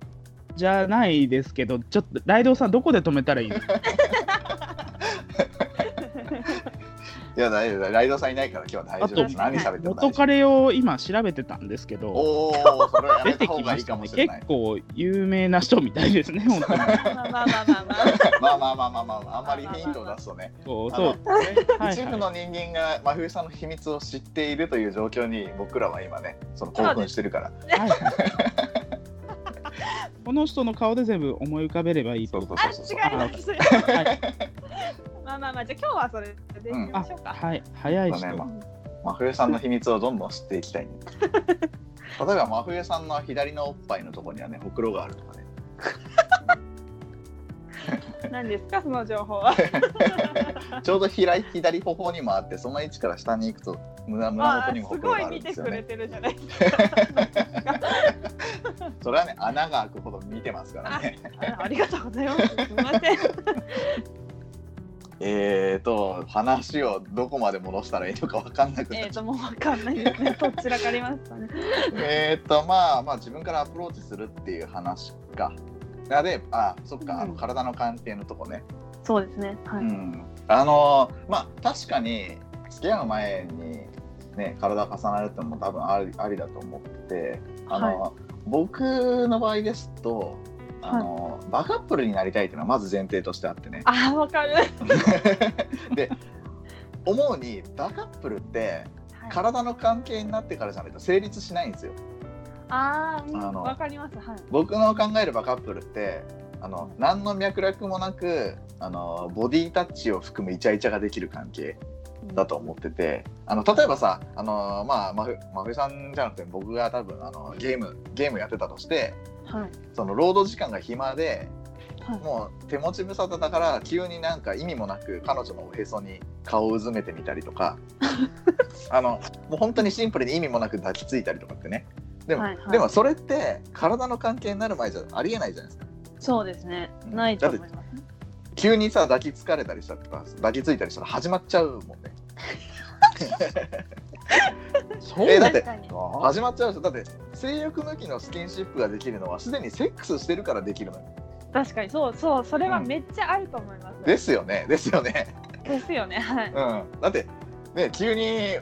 S2: じゃないですけどちょっとライドウさんどこで止めたらいいの
S1: いや大丈夫だライドさんいないから今日は大丈夫です
S2: あ
S1: 何喋っても大丈
S2: 元
S1: 夫
S2: 彼を今調べてたんですけど
S1: おお、それはや
S2: 出
S1: め
S2: て
S1: た方
S2: き
S1: が
S2: ま
S1: いい
S2: し
S1: か
S2: た
S1: も
S2: ね
S1: しれ
S2: 結
S1: ない。
S2: 構有名な人みたいですね本当に
S3: まあまあまあまあ
S1: ま
S3: まあ
S1: あまあまあまあまあ、あんまりヒントを出すとね。
S2: そう
S1: あ
S2: そ
S1: の
S2: うはい
S1: 一部の人間が真冬さんの秘密を知っているという状況に僕らは今ね、その興奮してるから。
S2: はいはいこの人の顔で全部思い浮かべればいいって
S1: そう
S2: こ
S1: そ
S2: と
S1: う
S3: あ、
S1: そうそう。
S3: 違います。
S2: はい、
S3: まあまあまあ、じゃあ今日はそれでいきましょうか。
S2: はい、早い
S1: そう
S2: 人、
S1: ねま真冬さんの秘密をどんどん知っていき たい、ね。例えば真冬さんの左のおっぱいのところにはね、ほくろがあるとかね。
S3: 何ですか、その情報 は。
S1: ちょうど左左頬にもあって、その位置から下に行くと胸胸元
S3: まあ、
S1: に
S3: す
S1: もほくろ
S3: ご
S1: が
S3: い
S1: ある
S3: 見
S1: んで
S3: て
S1: す
S3: く
S1: よ
S3: れ
S1: ね。
S3: てるじゃないですか。
S1: それはね、穴が開くほど見てますからね。
S3: あありがとうございます。すみません。
S1: えーと話をどこまで戻したらいいのか分かんなくなっちゃっ
S3: えったと、もうわかんないで すね。どちらかりましたね。
S1: えーっとまあまあ自分からアプローチするっていう話か。あであそっか、あの
S3: うん
S1: 体の関係のとこね。
S3: そうですね。は
S1: う
S3: い。
S1: ん、あのまあ確かに付き合う前にね体重なるってのも多分ありありだと思っててあの、僕の場合ですとあの、バカップルになりたいっていうのはまず前提としてあってね。
S3: あー、わかる。
S1: で思うにバカップルって体の関係になってからじゃないと成立しないんですよ。
S3: ああ、うん
S1: あの
S3: わかります。はい。
S1: 僕の考えるバカップルってあの何の脈絡もなくあのボディタッチを含むイチャイチャができる関係だと思っててあの例えばさあの、まあ、まふまふさんじゃなくて僕が多分あのゲームゲームやってたとして
S3: はい
S1: その労働時間が暇で、
S3: はい
S1: もう手持ち無沙汰だから急になんか意味もなく彼女のおへそに顔をうずめてみたりと かあのもう本当にシンプルに意味もなく抱きついたりとかってねでも,、
S3: はいはい
S1: でもそれって体の関係になる前じゃありえないじゃないですか
S3: そうですね
S1: うん
S3: ないと思います
S1: 急にさ抱きつかれたりしたりとか抱きついたりしたら始まっちゃうもんね
S2: そう
S1: えだって
S3: 確かに
S2: か
S1: 始まっちゃうでしょだって性欲抜きのスキンシップができるのはすでにセックスしてるからできるのよ
S3: 確かにそうそうそれはめっちゃあると思います、
S1: ですよねですよね
S3: ですよねはい
S1: うん、だってね急に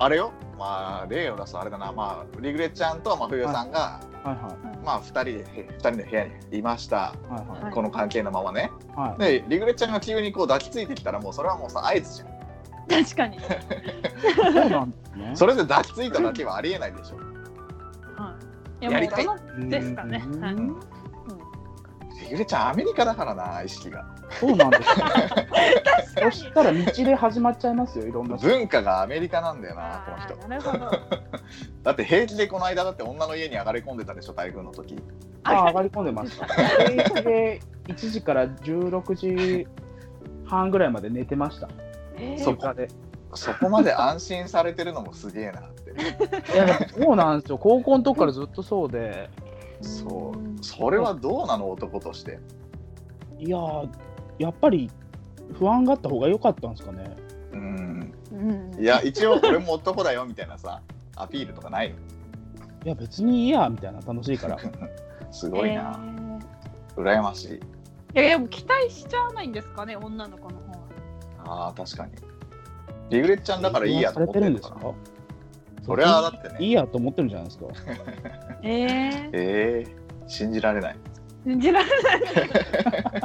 S1: あれよまあ例を出すとあれだなまあリグレちゃんと真冬さんが、
S2: はいは
S1: まあ2人でへ二人の部屋にいました、
S2: いはいはい
S3: はい
S1: この関係のままね
S2: はい
S1: でリグレちゃんが急にこう抱きついてきたらもうそれはもうさ合図じゃん
S3: 確かに、
S2: そうなんですね。
S1: それで抱きついただけはありえないでしょ
S3: はい、
S1: やりたい
S3: もうですかね
S2: うん
S3: はい
S1: リグレちゃんアメリカだからな意識が
S2: そうなんです、ね。そしたら道で始まっちゃいますよ、いろんな人。
S1: 文化がアメリカなんだよなこの
S3: あ
S1: 人
S3: ーなるほど
S1: だって平気でこの間だって女の家に上がり込んでたでしょ台風の時
S2: あ、上がり込んでました。平気で1時から16時半ぐらいまで寝てました。
S3: えー
S1: そ
S2: そ
S1: っ
S2: こで。
S1: そこまで安心されてるのもすげえなって
S2: いや、でもそうなんですよ。高校の時からずっとそうで。
S1: そうそれはどうなの男として
S2: いやー、やっぱり不安があった方が良かったんですかね。
S1: うん
S3: うん
S1: いや一応俺も男だよみたいなさアピールとかないの
S2: いや、別にいいや、みたいな、楽しいから。
S1: すごいな、羨ましい
S3: えーいやでも期待しちゃわないんですかね女の子の方は
S1: あー確かにリグレッちゃん だからいいや
S2: さ
S1: と
S2: れ
S1: 思っててる
S2: るん
S1: の
S2: です
S1: か
S2: か
S1: なそれはだって
S2: い
S1: ね
S2: いやと思ってるんじゃないですか。
S3: えー、
S1: えー、信じられない
S3: 信じられない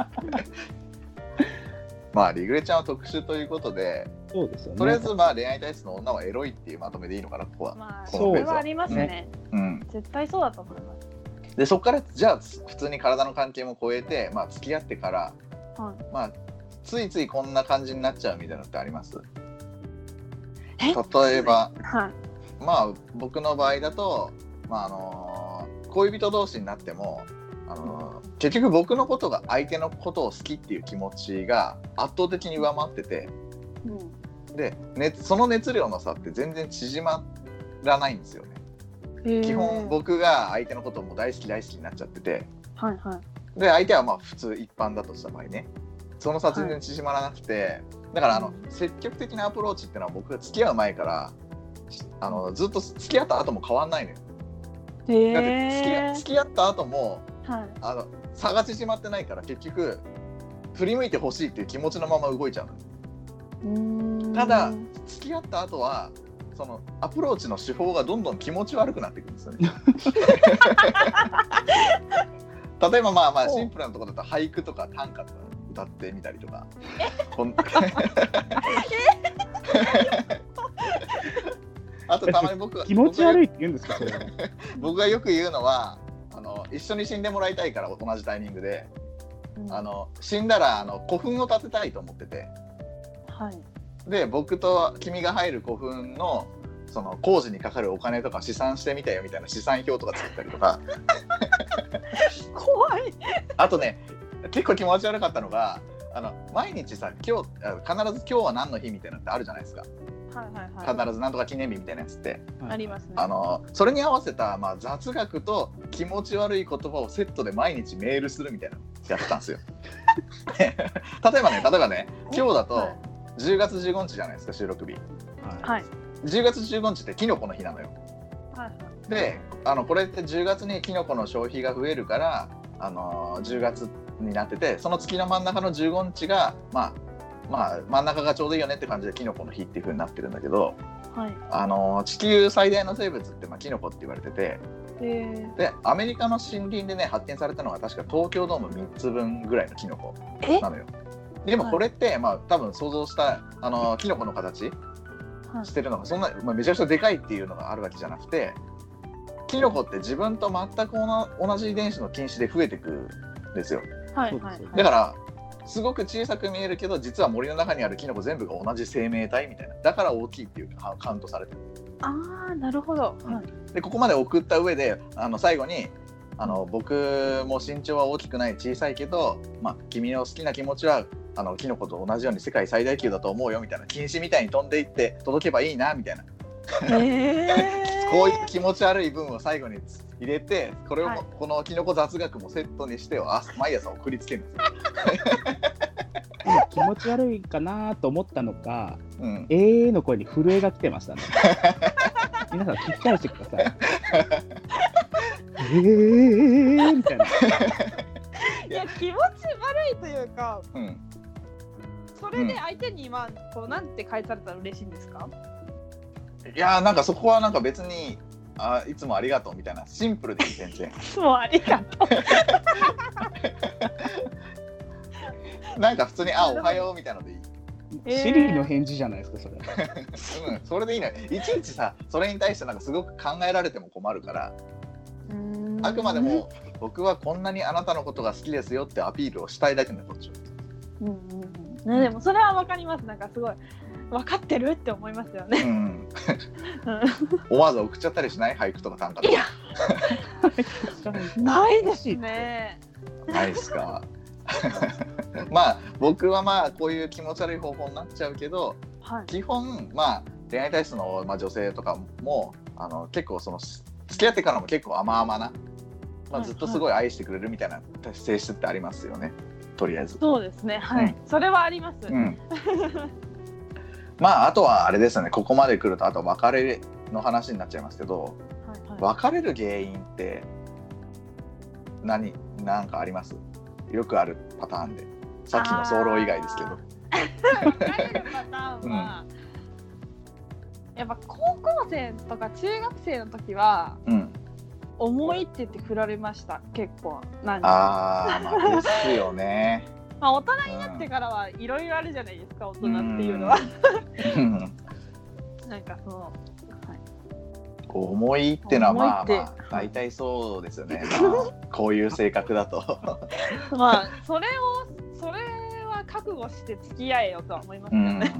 S1: まあリグレッちゃんは特殊ということで
S2: そうですよね。
S1: とりあえずまあ恋愛体質の女はエロいっていうまとめでいいのかなここは、
S3: まあ
S1: この
S3: そ
S1: ペ
S3: れ
S1: ースは
S3: はありますね
S1: うん、
S3: 絶対そうだと思います
S1: でそこからじゃあつ普通に体の関係も超えて、まあ、付き合ってから、
S3: は
S1: まあ、ついついこんな感じになっちゃうみたいなのってあります
S3: え
S1: 例えば
S3: はい
S1: まあ僕の場合だと、まああのー恋人同士になっても、あのー結局僕のことが相手のことを好きっていう気持ちが圧倒的に上回ってて
S3: う
S1: で、ね、その熱量の差って全然縮まらないんですよね。
S3: んえー
S1: 基本僕が相手のことをもう大好き大好きになっちゃってて。
S3: はいはい
S1: で相手はまあ普通一般だとした場合ねその差全然縮まらなくて、だからあの積極的なアプローチってのは僕が付き合う前からあのずっと付き合った後も変わんないのよ
S3: え
S1: だって付き合
S3: ー、
S1: 付き合った後も
S3: はい
S1: あの差が縮まってないから結局振り向いてほしいっていう気持ちのまま動いちゃうの
S3: うーん
S1: ただ付き合った後はそのアプローチの手法がどんどん気持ち悪くなってくるんですよ ね。例えばまあまあシンプルなところだと俳句とか短歌とか歌ってみたりとか。こ ん あとたまに僕が
S2: 気持ち悪
S1: い
S2: いって言うんですか、それは。
S1: 僕がよく言うのはあの一緒に死んでもらいたいから同じタイミングで
S3: うん
S1: あの死んだらあの古墳を建てたいと思ってて。
S3: はい
S1: で僕と君が入る古墳のその工事にかかるお金とか試算してみたよみたいな試算表とか作ったりとか
S3: 怖い
S1: あとね結構気持ち悪かったのがあの毎日さ今日あ必ず今日は何の日みたいなのってあるじゃないですか
S3: はいはいはい
S1: 必ず何とか記念日みたいなやつって
S3: ありますね
S1: あのそれに合わせた、まあ、雑学と気持ち悪い言葉をセットで毎日メールするみたいなのやってたんですよ。 で例えばね例えばね今日だと
S3: は
S1: 10月15日じゃないですか収録日。
S3: いはい
S1: 10月15日ってキノコの日なのよ。
S3: はい
S1: であのこれって10月にキノコの消費が増えるから、あのー10月になっててその月の真ん中の15日が、まあまあ、真ん中がちょうどいいよねって感じでキノコの日っていう風になってるんだけど、
S3: はい
S1: あのー地球最大の生物って、まあ、キノコって言われてて
S3: えー、
S1: でアメリカの森林でね発見されたのが確か東京ドーム3つ分ぐらいのキノコ
S3: え
S1: なのよ。でもこれって、まあ、多分想像した、あのーキノコの形
S3: はい
S1: してるのがそんな、まあ、めちゃくちゃでかいっていうのがあるわけじゃなくてキノコって自分と全く同同じ遺伝子の菌糸で増えてくですよ
S3: はい
S2: そう
S3: は
S2: です
S3: い
S2: よ
S3: は
S1: だ
S3: い
S1: からすごく小さく見えるけど実は森の中にあるキノコ全部が同じ生命体みたいなだから大きいっていうかカウントされてる
S3: ああなるほど、
S1: うん
S3: はい
S1: でここまで送った上であの最後にあの僕も身長は大きくない小さいけど、まあ、君の好きな気持ちはあのキノコと同じように世界最大級だと思うよみたいな禁止みたいに飛んでいって届けばいいなみたいな
S3: えー
S1: こういう気持ち悪い分を最後に入れてこれをも、
S3: はい
S1: このキノコ雑学もセットにしてあ毎朝送りつけるんですよ、
S2: 今気持ち悪いかなと思ったのか、
S1: うん、
S2: えーの声に震えが来てました ね。皆さん、聞き返してください。えーみたいな。
S3: いや気持ち悪いというか
S1: うん、
S3: それで相手に今こうなんて返されたら嬉しいんですか、
S1: いやーなんかそこはなんか別にあいつもありがとうみたいなシンプルでいい全然
S3: もうありがと
S1: なんか普通に「あおはよう」みたいなのでいい、
S3: えー
S2: シリーの返事じゃないですか、そ
S1: う
S2: れ。
S1: ん、それでいいのよいちいちさそれに対してなんかすごく考えられても困るから
S3: ううーん
S1: あくまでも僕はこんなにあなたのことが好きですよってアピールをしたいだけのこっちは
S3: うんうんうんね、でもそれはわかりますなんかすごい分かってるって思いますよね
S1: うん思わず送っちゃったりしない俳句とか短歌と
S3: いや
S1: か
S3: ないですね
S1: ないですか まあ僕はまあこういう気持ち悪い方法になっちゃうけど
S3: はい
S1: 基本まあ恋愛体質の、まあ、女性とかもあの結構そのす付き合ってからも結構甘々な、ま
S3: はい
S1: あ、ずっとすごい愛してくれるみたいな性質ってありますよねとりあえず。
S3: そうですねはい、それはあります、
S1: うん、まああとはあれですよねここまで来るとあと別れの話になっちゃいますけど
S3: はいはい、
S1: 別れる原因って何なんかありますよくあるパターンでさっきの早漏以外ですけど
S3: あ。別れるパターンは、やっぱ高校生とか中学生の時は
S1: うん、
S3: 重いって言って振られました結構何ま
S1: あー、まあですよね。
S3: あ大人に
S1: うん
S3: なってからはいろいろあるじゃないですか大人っていうのは
S1: うん
S3: なんかその、はい、
S1: 重いってのはまあ
S3: 重い
S1: ま
S3: っ
S1: あ
S3: て
S1: 大体そうですよね、まあこういう性格だと、
S3: まあそれをそれは覚悟して付き合えよとは思います
S1: う
S3: よ
S1: ん
S3: ね。、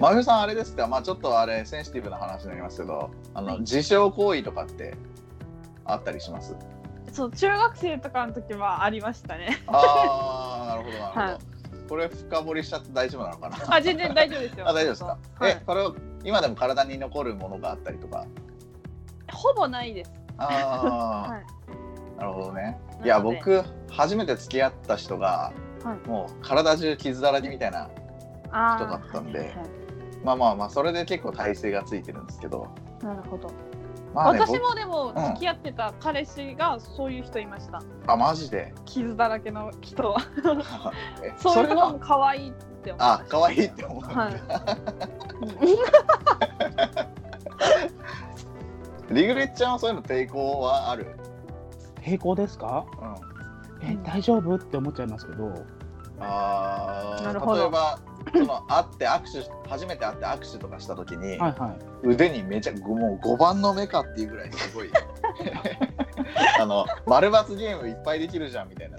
S1: 真冬さんあれですかまあちょっとあれセンシティブな話になりますけどあの、自傷行為とかってあったりします
S3: そう中学生とかの時はありましたね。
S1: ああなるほどなるほど、
S3: はい
S1: これ深掘りしちゃって大丈夫なのかな
S3: あ全然大丈夫ですよ。
S1: あ大丈夫ですか、
S3: はい
S1: えこれを今でも体に残るものがあったりとか
S3: ほぼないです。
S1: ああ、
S3: はい
S1: なるほどねいや
S3: なので
S1: 僕初めて付き合った人が、
S3: は
S1: もう体中傷だらけみたいな
S3: あー
S1: 人だったんで
S3: はいはいはい
S1: まあまあまあそれで結構体勢がついてるんですけど
S3: なるほど。
S1: まあね
S3: 私
S1: 僕
S3: もでも付き合ってた彼氏がそういう人いました。
S1: あマジで
S3: 傷だらけの人。
S1: え
S3: そういう
S1: れ
S3: とこも可愛いって思いま
S1: あ
S3: した
S1: 可愛いって思う、
S3: はい。
S1: リグレッちゃんはそういうの抵抗はある、
S2: 平行ですか
S1: うん、あ
S2: え
S3: うん
S2: 大丈夫って思っちゃいますけど、
S1: あ
S3: なるほ
S1: ー
S3: ど
S1: 例えばその会って握手し初めて会って握手とかした時に、
S2: はいはい。
S1: 腕にめちゃもう5番の目かっていうぐらいすごい あの丸抜ゲームいっぱいできるじゃんみたいな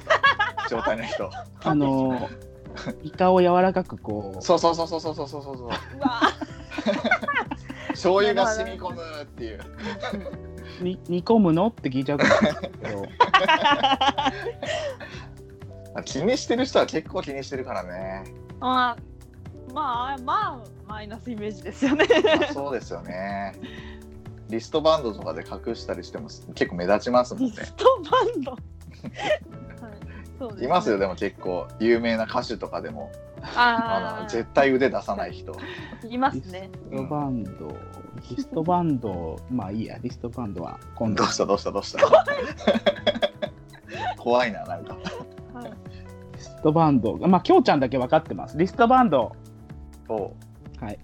S1: 状態の人
S2: あの、イカを柔らかくこう、
S1: そうそうそうそうそうそうそうそう
S3: うわー
S1: 醤油が染み込むっていう
S2: に煮込むのって聞い ちゃうかもしれないですけど、
S1: 気にしてる人は結構気にしてるからね、
S3: まあまあまあマイナスイメージです よね。
S1: まあ、そうですよねリストバンドとかで隠したりしても結構目立ちますもん
S3: リ
S1: ね
S3: ストバンド。はいそうでね
S1: いますよ。でも結構有名な歌手とかでもあ
S3: あ
S1: の
S3: あ、
S1: 絶対腕出さない人
S3: いますね。
S2: リストバンド、リストバンド、まあいいや、リストバンドは今度
S1: どう。したどうしたどうした怖いななんか
S3: はい
S2: リストバンドが、まあ、きょうちゃんだけ分かってます。リストバンド、
S1: おう
S2: はい、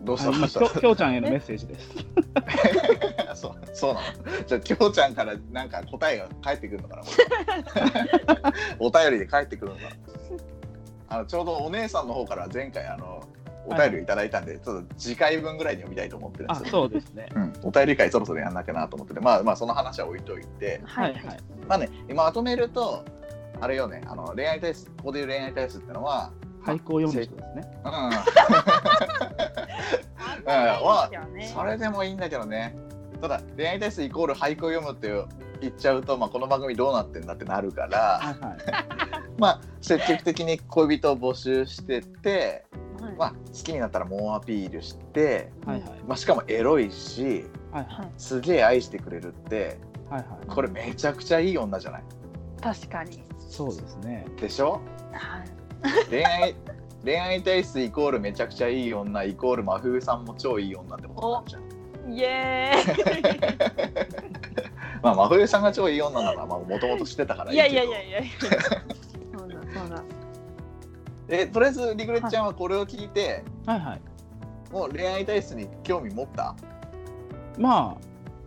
S1: どうした
S2: あ
S1: ど
S2: の
S1: うし
S2: きょきょうちゃんへの
S3: え
S2: メッセージです。
S1: たそうそうなのじゃあきょうちゃんからなんか答えが返ってくるのかな お便りで返ってくるのかなあのちょうどお姉さんの方から前回あのお便りをいただいたんで、ちょっと次回分ぐらいに読みたいと思ってるんで
S2: あ
S1: すよ。
S2: そうですね
S1: うん、お便り会そろそろやんなきゃなと思ってて、まあまあその話は置いといて、
S2: はいはい
S1: まあね、まとめると、あれよね、あの恋愛体質、ここで言う恋愛体質ってのは、
S2: 俳句を読む人ですね
S1: うん、
S3: あないですよね
S1: それでもいいんだけどね、ただ、恋愛体質イコール俳句を読むっていう言っちゃうと、まあ、この番組どうなってんだってなるから、
S2: はいはい
S1: まあ、積極的に恋人を募集してて、
S3: はい
S1: まあ、好きになったら猛アピールして、
S2: はいはい
S1: まあ、しかもエロいし、
S2: はいはい
S1: すげえ愛してくれるって、
S2: はいはい
S1: これめちゃくちゃいい女じゃない
S3: 確かに、
S2: そうですね
S1: でしょ
S3: はい、
S1: 恋愛恋愛体質イコールめちゃくちゃいい女イコール真冬さんも超いい女ってことになるじゃん。
S3: イエー
S1: まあ真冬さんが超いい女ならまあもともと知ってたから
S3: イい
S1: け
S3: や
S1: ど
S3: いやいや いやいやそうだそうだ
S1: えとりあえずリグレッちゃんはこれを聞いて、
S2: はいはい
S1: もう恋愛体質に興味持った
S2: まあ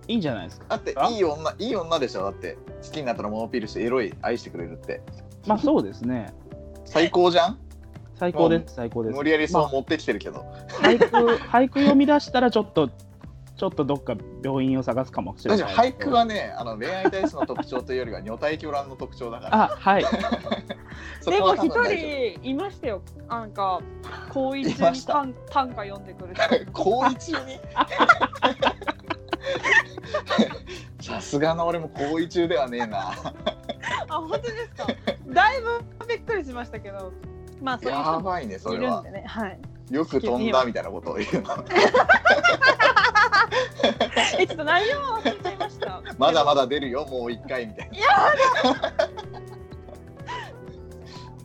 S2: いいんじゃないですか
S1: だって
S2: あ
S1: いい女いい女でしょだって好きになったらモノピールしてエロい愛してくれるって
S2: まあそうです ね
S1: 最高じゃん
S2: 最高です最高です
S1: 無理やりそう
S2: ま
S1: 持ってきてるけど、
S2: あ俳句俳句読み出したらちょっとちょっとどっか病院を探すかもしれ
S1: 大
S2: な
S1: 丈
S2: い
S1: 夫俳句はねあの恋愛体質の特徴というよりは女体狂乱の特徴だから
S2: あはい
S1: そ
S3: で
S1: こは
S3: も
S1: 多分大丈夫
S3: 一人いましたよなんか高一
S1: いま
S3: に
S1: した
S3: 短短歌読んでくる 人
S1: 高一 中にさすがの俺も高一中ではねえな
S3: あ本当ですかだいぶびっくりしましたけどまあそういう
S1: や
S3: 人も
S1: ばいねそ
S3: い
S1: れ
S3: るん
S1: は
S3: でねはい
S1: よく飛んだみたいなことを言う の
S3: えちょっと内容は忘れちゃいました
S1: まだまだ出るよもう一回みたいな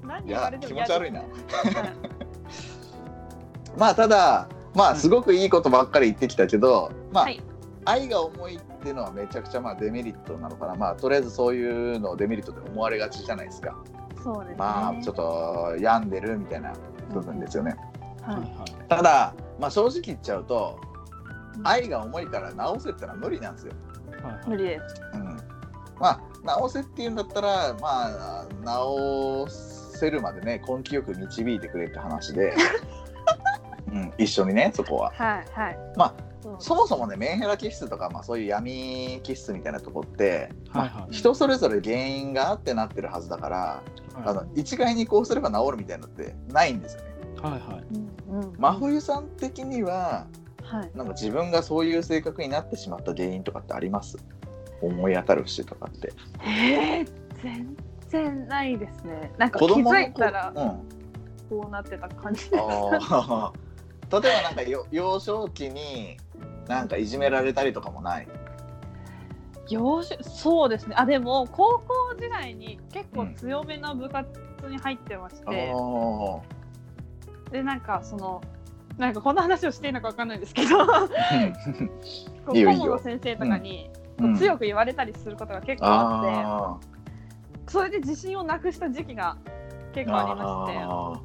S3: 何
S1: い
S3: 言わ
S1: や
S3: れて
S1: 気
S3: も
S1: 持
S3: 嫌
S1: ち
S3: です
S1: 悪いな
S3: はい
S1: まあただま
S2: う
S1: あ
S2: ん
S1: すごくいいことばっかり言ってきたけどまあ、
S3: はい
S1: 愛が重いっていうのはめちゃくちゃまあデメリットなのかなまあとりあえずそういうのをデメリットで思われがちじゃないですか
S3: そうですね
S1: まあちょっと病んでるみたいな部分ですよね
S2: はい
S3: はい
S2: はい
S1: ただ、まあ、正直言っちゃうと愛が重いから直せってのは無理なんですよ。
S2: はい
S3: 無
S2: はい
S3: 理です
S1: うん、まあ直せっていうんだったらまあ直せるまでね根気よく導いてくれって話 で、うん、一緒にねそこは。
S3: はいはい
S1: ま
S3: そう
S1: そもそもねメンヘラ気質とか、まあ、そういう闇気質みたいなとこって、まあ
S2: はいはい
S1: 人それぞれ原因があってなってるはずだから、あの一概にこうすれば治るみたいなのってないんですよね。
S2: はいはい
S3: うんうん
S1: 真冬さん的には
S3: はい
S1: なんか自分がそういう性格になってしまった原因とかってあります思い当たる節とかって
S3: えー、全然ないですねなんか気
S1: 子供の
S3: づいたら
S1: うん、あ
S3: こうなってた感じです
S1: あー 例えばなんかよ 幼少期になんかいじめられたりとかもない
S3: 幼少そうですねあでも高校時代に結構強めな部活に入ってまし
S1: あ
S3: て、
S1: ー
S3: でなんかそのなんかこんな話をしていいのかわかんないですけどこう
S1: いいよ
S3: 顧
S1: いいよ
S3: 問の先生とかに、
S1: うん
S3: こう強く言われたりすることが結構あっ
S1: あー
S3: て、それで自信をなくした時期が結構ありま
S1: あ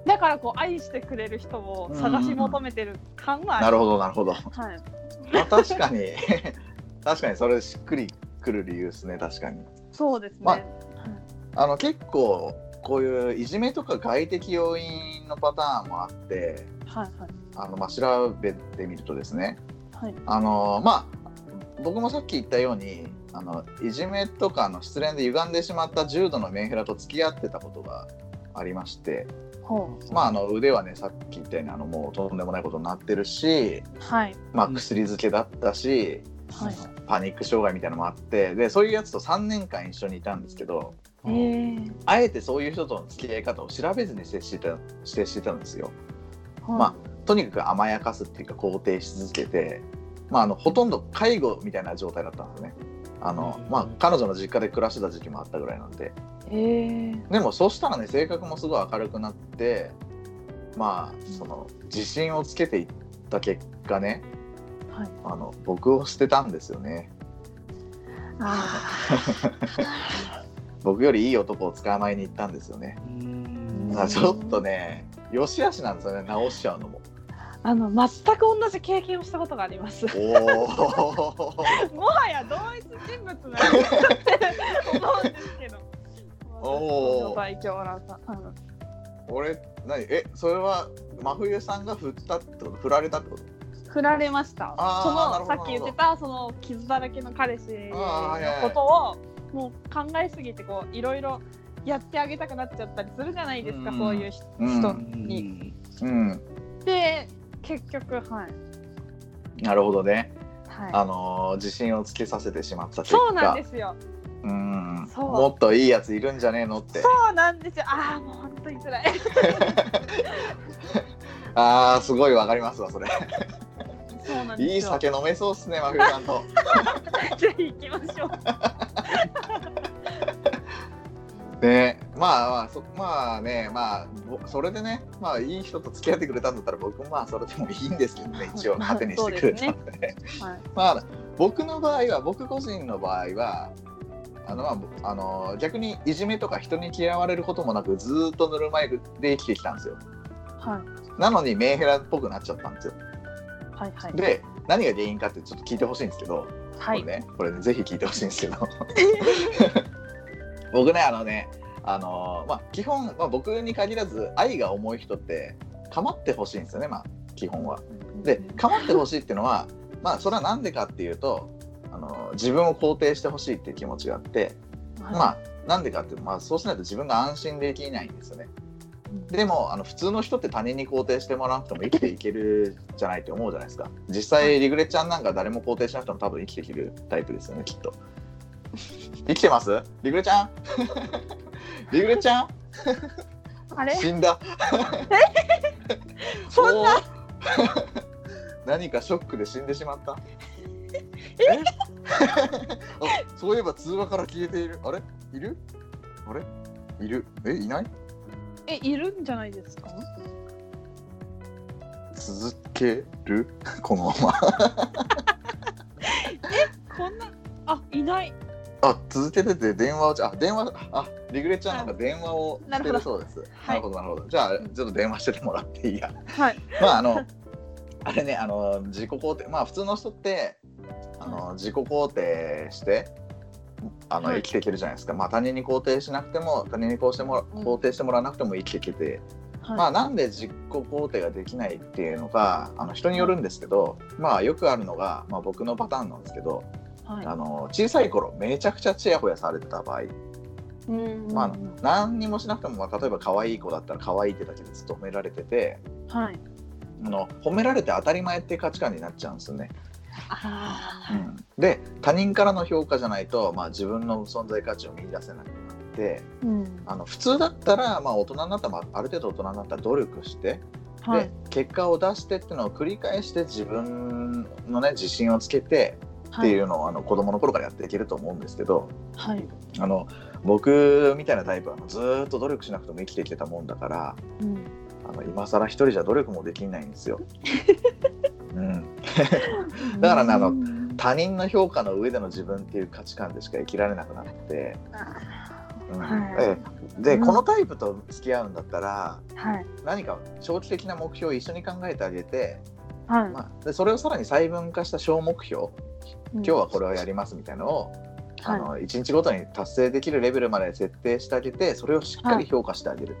S3: してだからこう愛してくれる人を探し求めてる感
S1: ー
S3: はあ
S1: な
S3: る、
S1: るほどなるほど、
S3: はい、
S1: まあ、確かに 確かにそれしっくりくる理由ですね確かに
S3: そうですね、
S1: まああの結構こういういじめとか外的要因のパターンもあって
S3: はいはい
S1: あの、まあ、調べてみるとですね
S3: はい
S1: あのまあ僕もさっき言ったようにあのいじめとかの失恋で歪んでしまった重度のメンヘラと付き合ってたことがありまして、
S3: ほう
S1: まあ、あの腕はねさっき言ったようにあのもうとんでもないことになってるし、
S3: はい
S1: まあ、
S2: うん
S1: 薬漬けだったし、
S3: はい
S1: パニック障害みたいなのもあってでそういうやつと3年間一緒にいたんですけど
S3: えー、
S1: あえてそういう人との付き合い方を調べずに接してた接してたんですよ。
S3: はい
S1: まあ、とにかく甘やかすっていうか肯定し続けて、まあ、あのほとんど介護みたいな状態だったんですねあの、
S2: うん
S1: まあ、彼女の実家で暮らしてた時期もあったぐらいなんで
S3: えー、
S1: でもそうしたらね性格もすごい明るくなってまあその自信をつけていった結果ね、
S3: はい
S1: あの僕を捨てたんですよね
S3: あ
S1: 僕よりいい男を捕まえに行ったんですよね
S2: うーん
S1: だからちょっとねよし悪しなんですよね直しちゃうの も
S3: ーあの全く同じ経験をしたことがあります
S1: おお
S3: もはや同一人物なんだって思うんですけど。
S1: おー
S3: 私の場合今日はなんかあの
S1: 俺何えそれは真冬さんが振ったってこと振られたってこと
S3: 振られました
S1: あー
S3: そ
S1: なるほど
S3: のさっき言ってたその傷だらけの彼氏
S1: あー
S3: の
S1: はいはい
S3: ことをもう考えすぎてこういろいろやってあげたくなっちゃったりするじゃないですか、
S1: うん
S3: そういう人
S1: うん
S3: 人
S2: う
S3: に。
S2: ん
S1: うん
S3: で結局はい、
S1: なるほどねあ
S3: は
S1: のー自信をつけさせてしまった
S3: い、そうなんですすよ
S1: うん
S3: そう
S1: もっといいやついるんじゃねえのって
S3: そうなんですよああもう本当に辛い
S1: あーすごいわかりますわそれ
S3: そうなんですよ
S1: いい酒飲めそうっすね真冬さん と
S3: ぜひ行きましょう
S1: ねまあまあそまあねまあぼそれでねまあいい人と付き合ってくれたんだったら僕もまあそれでもいいんですけどね 一応
S3: まあ
S1: 糧にしてくれたんで
S3: はい
S1: まあ僕の場合は僕個人の場合はあのまああの逆にいじめとか人に嫌われることもなくずーっとぬるま湯で生きてきたんですよ
S3: はい
S1: なのにメンヘラっぽくなっちゃったんですよ
S3: はいはい
S1: で何が原因かってちょっと聞いてほしいんですけど、
S3: は
S1: こ
S3: い
S1: れねこれねぜひ聞いてほしいんですけ ど僕ねあのねあのーまあ基本、まあ、僕に限らず愛が重い人って構ってほしいんですよねまあ基本は。で構ってほしいっていうのはまあそれは何でかっていうとあのー自分を肯定してほしいっていう気持ちがあってまあなんでかっていうと、まあ、そうしないと自分が安心できないんですよね。でもあの普通の人って他人に肯定してもらわなくても生きていけるじゃないって思うじゃないですか実際リグレちゃんなんか誰も肯定しなくても多分生きていけるタイプですよねきっと生きてますリグレちゃん リグレちゃん
S3: あれ
S1: 死んだ
S3: そん
S1: な 何かショックで死んでしまったえ あそういえば通話から消えているあれいるあれいるえいない
S3: えいるんじゃないですか
S1: 続ける このまま
S3: こんなあいない
S1: あ続けてて電話をじゃあ電話あリグレちゃんなんか電話を
S3: な
S1: し
S3: る
S1: て
S3: ほ
S1: る
S3: ど
S1: そうですな
S3: はい
S1: るほどなるほどじゃあちょっと電話しててもらっていいや
S3: はい
S1: まああのあれねあの自己肯定まあ普通の人ってあの自己肯定してあの
S3: は
S1: 生
S3: い
S1: きていけるじゃないですか、まあ他人に肯定しなくても他人にこうしてもら
S3: うん
S1: 肯定してもらわなくても生きていけて、
S3: はい
S1: まあなんで自己肯定ができないっていうのがあの人によるんですけどまあよくあるのが、まあ、僕のパターンなんですけど
S3: はい
S1: あの小さい頃めちゃくちゃちやほやされてた場合
S3: うん
S1: まあ何にもしなくても、まあ、例えば可愛い子だったら可愛いってだけでずっと褒められてて
S3: はい
S1: あの褒められて当たり前って価値観になっちゃうんですよね。
S3: あ
S1: うん、で他人からの評価じゃないと、まあ、自分の存在価値を見出せなくなって
S3: ーうん
S1: あの普通だったら、まあ、大人になったら、まあ、ある程度大人になったら努力して、
S3: は
S1: で
S3: い
S1: 結果を出してっていうのを繰り返して自分のね自信をつけてっ
S3: は
S1: て
S3: い
S1: いうのを、あの子供の頃からやっていけると思うんですけど。
S3: はい
S1: あの僕みたいなタイプはずーっと努力しなくても生きてきてたもんだから
S3: うん
S1: あの今更一人じゃ努力もできないん ですよ。うん、だからねあの
S3: うん
S1: 他人の評価の上での自分っていう価値観でしか生きられなくなって、うん
S3: は
S1: えで
S3: うん
S1: このタイプと付き合うんだったら
S3: はい
S1: 何か長期的な目標を一緒に考えてあげて、
S3: はい
S1: まあ、でそれをさらに細分化した小目標
S3: 今
S1: 今日はこれをやりますみたいなのを、
S3: はい
S1: あの1日ごとに達成できるレベルまで設定してあげてそれをしっか
S3: は
S1: り
S3: い
S1: 評価してあげる。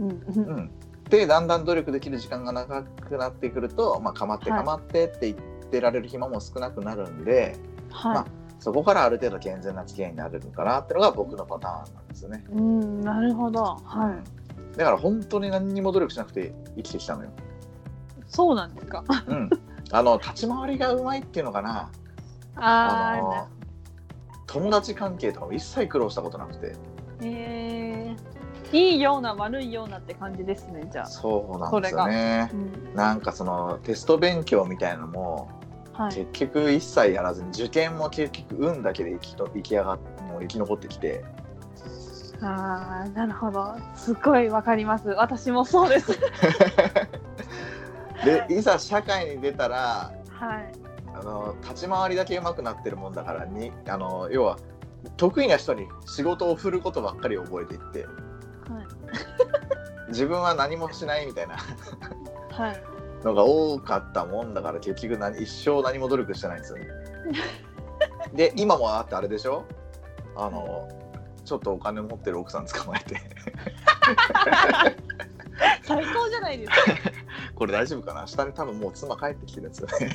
S3: うんうん
S1: うん、でだんだん努力できる時間が長くなってくると、まあ、かまって
S3: はい
S1: かまってって言ってられる暇も少なくなるんで、ま
S3: は
S1: あそこからある程度健全な付き合いになれるのかなってのが僕のパターンなんですよね。
S3: いうんなるほどは
S1: だから本当に何にも努力しなくて生きてきたのよ。
S3: い そうなんですか
S1: うん、あの立ち回りがうまいっていうのかな。
S3: あー
S1: の友達関係とかも一切苦労したことなくて
S3: えー、いいような悪いようなって感じですねじゃあ、
S1: そうなんですよね
S3: う。ん
S1: なんかそのテスト勉強みたいなのも
S3: はい、
S1: 結局一切やらずに受験も結局運だけで生きと生き上がってもう生き残ってきて
S3: ああなるほどすごいわかります私もそう です
S1: で いざ社会に出たら
S3: はい
S1: あの立ち回りだけ上手くなってるもんだからにあの要は得意な人に仕事を振ることばっかり覚えていって自分は何もしないみたいな
S3: はいはい
S1: のが多かったもんだから結局何一生何も努力してないんですよね。で今もあってあれでしょあのちょっとお金持ってる奥さん捕まえて
S3: 最高じゃないですか。
S1: これ大丈夫かな下で多分もう妻帰ってきてるやつだね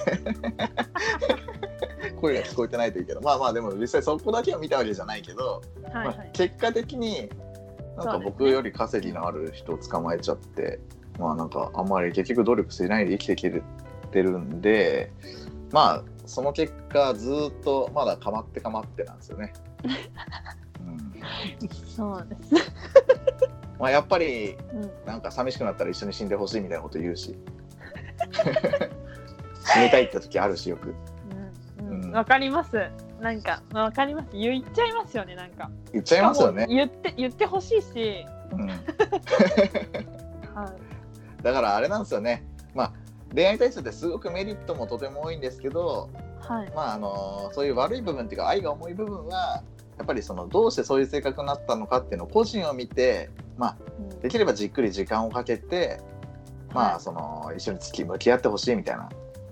S1: 声が聞こえてないといいけどまあまあでも実際そこだけは見たわけじゃないけど、
S3: はいは
S1: まあ
S3: い。
S1: 結果的になん
S3: そ
S1: か
S3: うですね
S1: 僕より稼ぎのある人を捕まえちゃって、まあなんかあんまり結局努力してないで生きてきてるんでまあその結果ずーっとまだかまってかまってなんですよ ね。うん
S3: そうですね。
S1: まあ、やっぱり
S3: うん
S1: なんか寂しくなったら一緒に死んでほしいみたいなこと言うし 死にたいって時あるしよく
S3: うん
S1: う
S3: うんんわかります。なんかわかります。言っちゃいますよねなんか。
S1: 言っちゃいますよ
S3: しかも
S1: ね、
S3: 言って言ってほしいし。
S1: うん、
S3: はい。
S1: だからあれなんですよねまあ恋愛対象ってすごくメリットもとても多いんですけど
S3: はい。
S1: まああのそういう悪い部分っていうか愛が重い部分はやっぱりそのどうしてそういう性格になったのかっていうのを個人を見て
S3: うん
S1: できればじっくり時間をかけてま
S3: は
S1: あその一緒に付き向き合ってほしいみたいな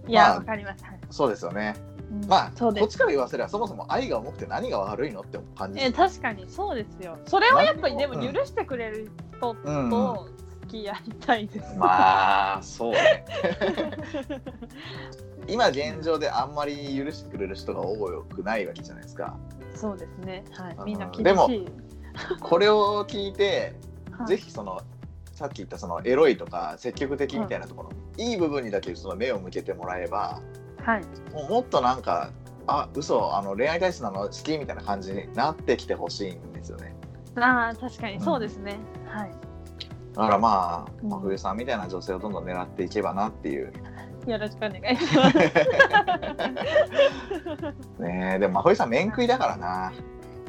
S1: い
S3: いや
S1: まあ
S3: わかります。はい
S1: そうですよね
S3: うん
S1: まあ
S3: そう
S1: こ
S3: で
S1: っ
S3: す。
S1: ちから言わせればそもそも愛が重くて何が悪いのって感じ
S3: え確かにそうですよ。それをやっぱりでも許してくれる人
S1: うん
S3: と付き合いたいです。
S1: まあそう ね今現状であんまり許してくれる人が多くないわけじゃないですか
S3: そうですね。は
S1: あ。
S3: い
S1: の
S3: みんな厳しい。
S1: でもこれを聞いて、
S3: はい
S1: ぜひそのさっき言ったそのエロいとか積極的みたいなところ、い、い部分にだけその目を向けてもらえば
S3: はい。
S1: もうもっとなんかあ嘘あの恋愛対象なの好きみたいな感じになってきてほしいんですよね
S3: ああ確かにそうですね。はい。
S1: だからまあ
S3: うん
S1: 真冬さんみたいな女性をどんどん狙っていけばなっていう
S3: よろしくお願い します。
S1: ねえでも真冬さん面食いだからな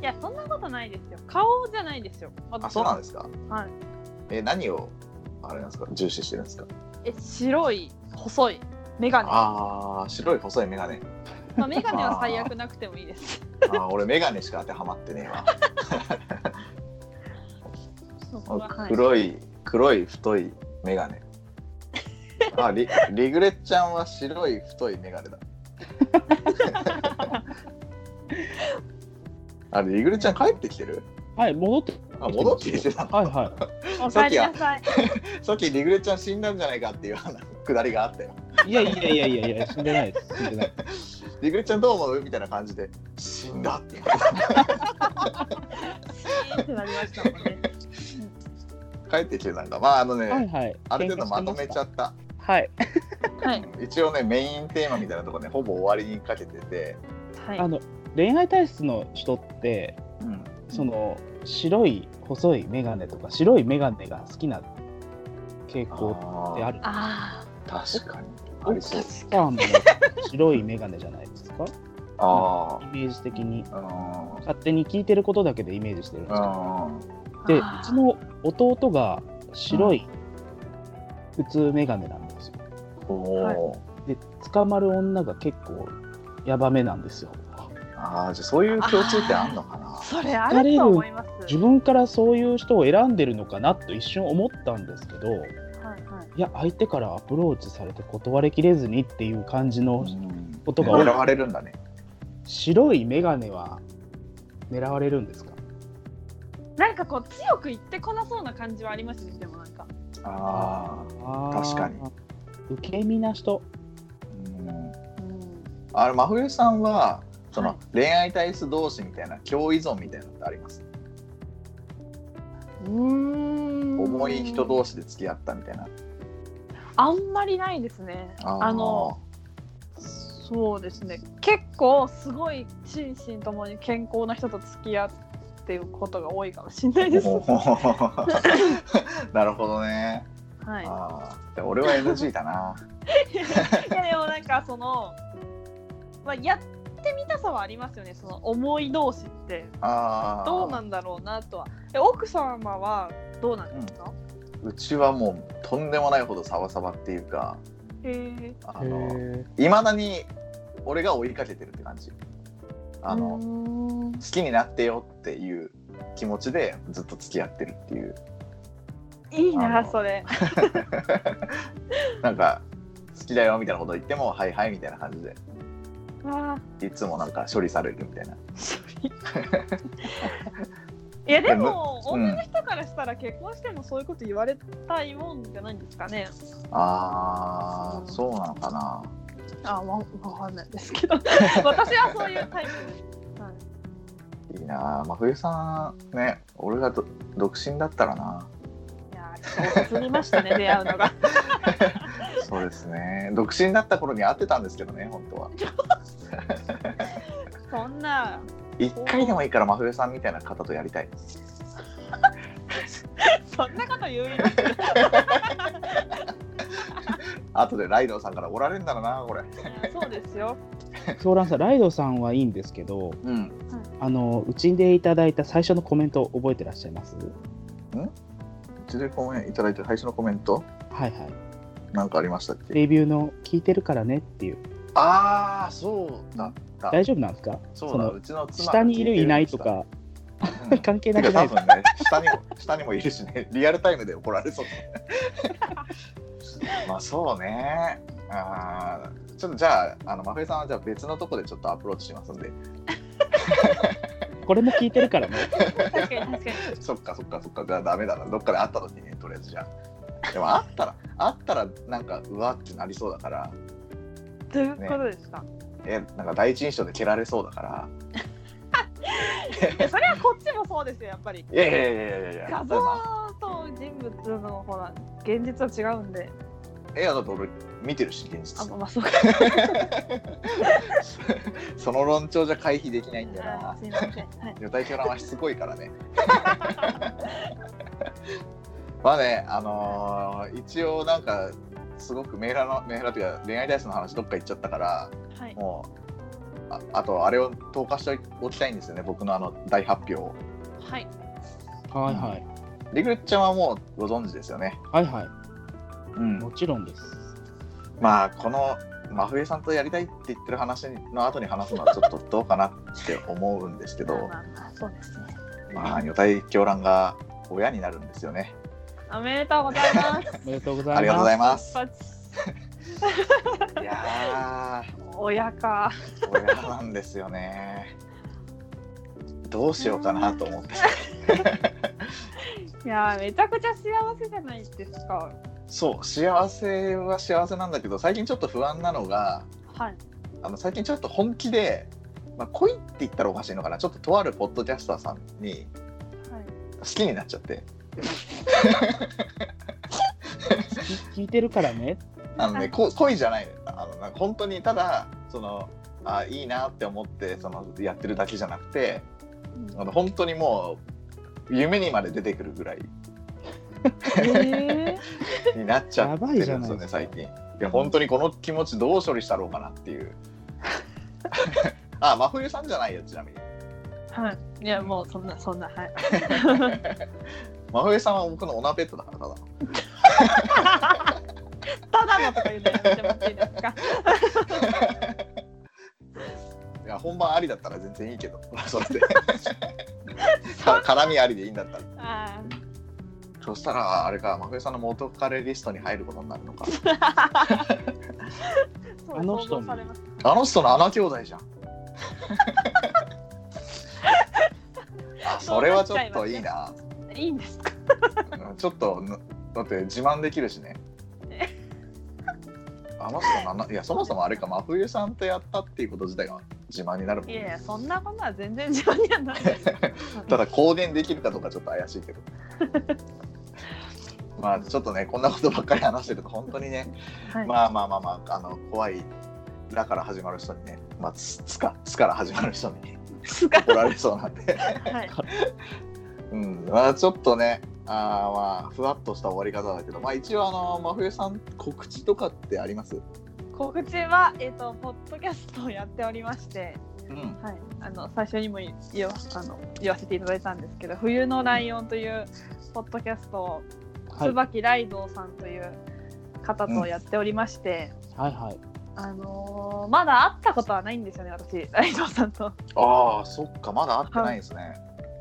S1: い
S3: や、そんなことないですよ。顔じゃないですよ。私は
S1: あそうなんですか
S3: はい。
S1: え何をあれなんですか重視してるんですか
S3: え、白い、細い、メガネ。
S1: ああ白い細い眼鏡
S3: まあ、メガネは最悪なくてもいいです。
S1: あー俺眼鏡しか当てはまってねえ
S3: そこ
S1: わ
S3: ははい。
S1: 黒い黒い太い眼鏡あリリグレッちゃんは白い太い眼鏡だ あれリグレッちゃん帰ってきてる
S2: はい、戻って。
S1: あ戻ってきて た
S2: はいは
S3: お帰りなさい。
S1: さっきリグレッちゃん死んだんじゃないかっていうあのくだりがあったよ
S2: い。いやいやいやいやいや、死んでないです。死んでない。
S1: リグレッちゃんどう思うみたいな感じで死んだっていう
S3: シーンってなりましたもんね。
S1: 帰ってきてたんだまああのね、
S2: はいはい。
S1: ある程度まとめちゃ
S2: っ
S1: った
S2: た。はい。
S3: はい。
S1: 一応ねメインテーマみたいなとこねほぼ終わりにかけてて、
S3: はい。
S2: あの、恋愛体質の人って、
S1: うん、
S2: その、白い細い眼鏡とか、白い眼鏡が好きな傾向ってある。
S3: あ
S1: 確かにありそう
S2: スパーも白い眼鏡じゃないですか。
S1: あ
S2: イメージ的に。
S1: あうん
S2: 勝手に聞いてることだけでイメージしてるんです
S1: う
S2: けど。
S3: あ。
S2: で、う
S3: あー
S2: ちの弟が白い普通眼鏡なんですよ。
S1: んおお、
S2: で、捕まる女が結構ヤバめなんですよ。
S1: ああじゃあそういう共通点あんのかな
S3: それあると思います。
S2: 自分からそういう人を選んでるのかなと一瞬思ったんですけど、
S3: はいはい。
S2: いや、相手からアプローチされて断れきれずにっていう感じの
S1: うん
S2: ことが多い
S1: 狙われるんだね
S2: 白い眼鏡は狙われるんですか
S3: なんかこう強く言ってこなそうな感じはありますね。でもなんか。
S1: あ確かに。
S2: 受け身な人。
S1: あうん
S3: うん。
S1: あれ真冬さんはそ
S3: は
S1: の
S3: い
S1: 恋愛体質同士みたいな共依存みたいなのってあります
S3: うーん
S1: 重い人同士で付き合ったみたいな
S3: あんまりないですね。
S1: ー
S3: あのそうですね結構すごい心身ともに健康な人と付き合ってることが多いかもしれないです。
S1: お
S3: は
S1: ー なるほどね。
S3: い、
S1: あーで俺は NG だな。
S3: いやでもなんかその、まあ、やってみたさはありますよねその思い同士って
S1: あー
S3: どうなんだろうなとは。え奥様はどうなんですか、
S1: うちはもうとんでもないほどサバサバっていうか
S3: へえ
S1: あの未だに俺が追いかけてるって感じ。あの、
S3: う
S1: 好
S3: ーん
S1: きになってよっていう気持ちでずっと付き合ってるっていう
S3: いい
S1: あ
S3: な
S1: の
S3: そ れ。
S1: なんか好きだよみたいなこと言ってもはいはいみたいな感じで
S3: あ
S1: いつもなんか処理されるみたいな。
S3: ー いやで
S1: で
S3: も、
S1: うん
S3: 女の人からしたら結婚してもそういうこと言われたいもんじゃないんですかね。
S1: ああそうなのかな
S3: あわわかんないですけど 私はそういうタイプです。はい
S1: いいなあまあ冬さんね俺がど独身だったらない
S3: やーちょっと遅すぎましたね出会うのが。
S1: そうですね独身だった頃に会ってたんですけどね本当は
S3: そんな
S1: 一回でもいいから真冬さんみたいな方とやりたい
S3: そんなこと言うより
S1: 後でライドウさんからおられるんだろうなこれ
S3: そうですよ。
S2: ソーランさん、ライドさんはいいんですけど、
S1: うん
S2: あのうちでいただいた最初のコメント覚えてらっしゃいます
S1: 一でコメントいただいて最初のコメント
S2: はいはい。
S1: なんかありましたっけ
S2: レビューの聞いてるからねっていう、
S1: ああそうだった
S2: 大丈夫なんですか
S1: そうだ
S2: その
S1: うちの妻が
S2: 下にい
S1: 聞て
S2: る、いないとか、
S1: うん
S2: 関係な
S1: て
S2: く
S1: か
S2: ない
S1: 多
S2: ですか
S1: 分ね下にも下にもいるしねリアルタイムで怒られ そうまあそうねあーちょっとじゃああの真冬さんはじゃあ別のとこでちょっとアプローチしますんで
S2: これも聞いてるからね。
S3: 確かに確かに。
S1: そっかそっかそっかじゃあダメだなどっかで会った時にねとりあえずじゃあでも会ったら会ったらなんかうわってなりそうだから
S3: どういうことですか、
S1: えなんか第一印象で蹴られそうだから
S3: いやそれはこっちもそうですよやっぱり。
S1: いやいやいやいやいや
S3: 画像と人物のほら現実は違うんで。
S1: えいやだって俺見てるし現
S3: あ
S1: 実
S3: まあそうか。
S1: その論調じゃ回避できないんだよな
S3: あすいません。はい。
S1: 女体狂乱はしつこいからね。 まあね、あのー一応なんかすごくメーラーのメーラーというか恋愛ダイスの話どっか行っちゃったから
S3: はい、
S1: もうああとあれを投下しておきたいんですよね僕のあの大発表を
S3: はい、
S2: はいはい。
S1: リグルちゃんはもうご存知ですよね、
S2: はいは
S1: う
S2: い。も
S1: ん、
S2: ちろんです。
S1: まあこの真冬さんとやりたいって言ってる話の後に話すのはちょっとどうかなって思うんですけど
S3: まあまあそうですね。
S1: まあ女体狂乱が親になるんですよね
S3: おめでとうございます。
S2: おめでとうございます。
S1: ありがとうございます
S3: パチ
S1: いや
S3: 親か。
S1: ー、親なんですよね。どうしようかなと思って。
S3: いやーめちゃくちゃ幸せじゃないですか。
S1: そう、幸せは幸せなんだけど、最近ちょっと不安なのが、
S3: はい。
S1: あの最近ちょっと本気で、まあ、恋って言ったらおかしいのかな、ちょっととあるポッドキャスターさんに
S3: はい。
S1: 好きになっちゃって、
S2: 聞いてるからね。
S1: あのね、こ恋じゃない、あのなんか本当にただ、その、あいいなって思ってそのやってるだけじゃなくてあの本当にもう夢にまで出てくるぐらい
S3: え
S1: になっちゃってるんですよ
S2: やばいじゃない
S1: ね
S2: ですか
S1: 最近いや本当にこの気持ちどう処理したろうかなっていうあ真冬さんじゃないよちなみに
S3: ー、はい。いやもうそんなそんなはい。
S1: 真冬さんは僕のオナペットだからただの
S3: ただのとか言うのやめてもらっていいですか。
S1: いや本番ありだったら全然いいけどそ れでか絡みありでいいんだったら
S3: あー
S1: そしたらあれか真冬さんの元カレリストに入ることになるのか
S3: そう
S2: あの人
S3: 想像されます
S1: あの人の穴兄弟じゃ んあそれはちょっといいな、
S3: いいんですか。
S1: うんちょっとなだって自慢できるし ね。あの人なないやそもそもあれか真冬さんとやったっていうこと自体が自慢になるもん
S3: いやいやそんなことは全然自分にはない です。
S1: ただ公言できるかどうかちょっと怪しいけどまあちょっとねこんなことばっかり話してると本当にね、
S3: はい
S1: まあまあまあまああの怖い「ら」から始まる人にね「まあ、つ」つか「つ」から始まる人に
S3: すが
S1: 怒られそうなんで
S3: はい。
S1: うんまあちょっとねあーまあふわっとした終わり方だけどまあ一応あの真冬さん告知とかってあります
S3: 告知はえっ、とポッドキャストをやっておりまして。
S1: うん
S3: はい、あの最初にも言わあの言わせていただいたんですけど「冬のライオン」というポッドキャストを
S2: はいはい
S3: 椿ライドウさんという方とやっておりまして、
S2: はい。
S3: あのーまだ会ったことはないんですよね私ライドウさんと。
S1: ああそっかまだ会ってないですね。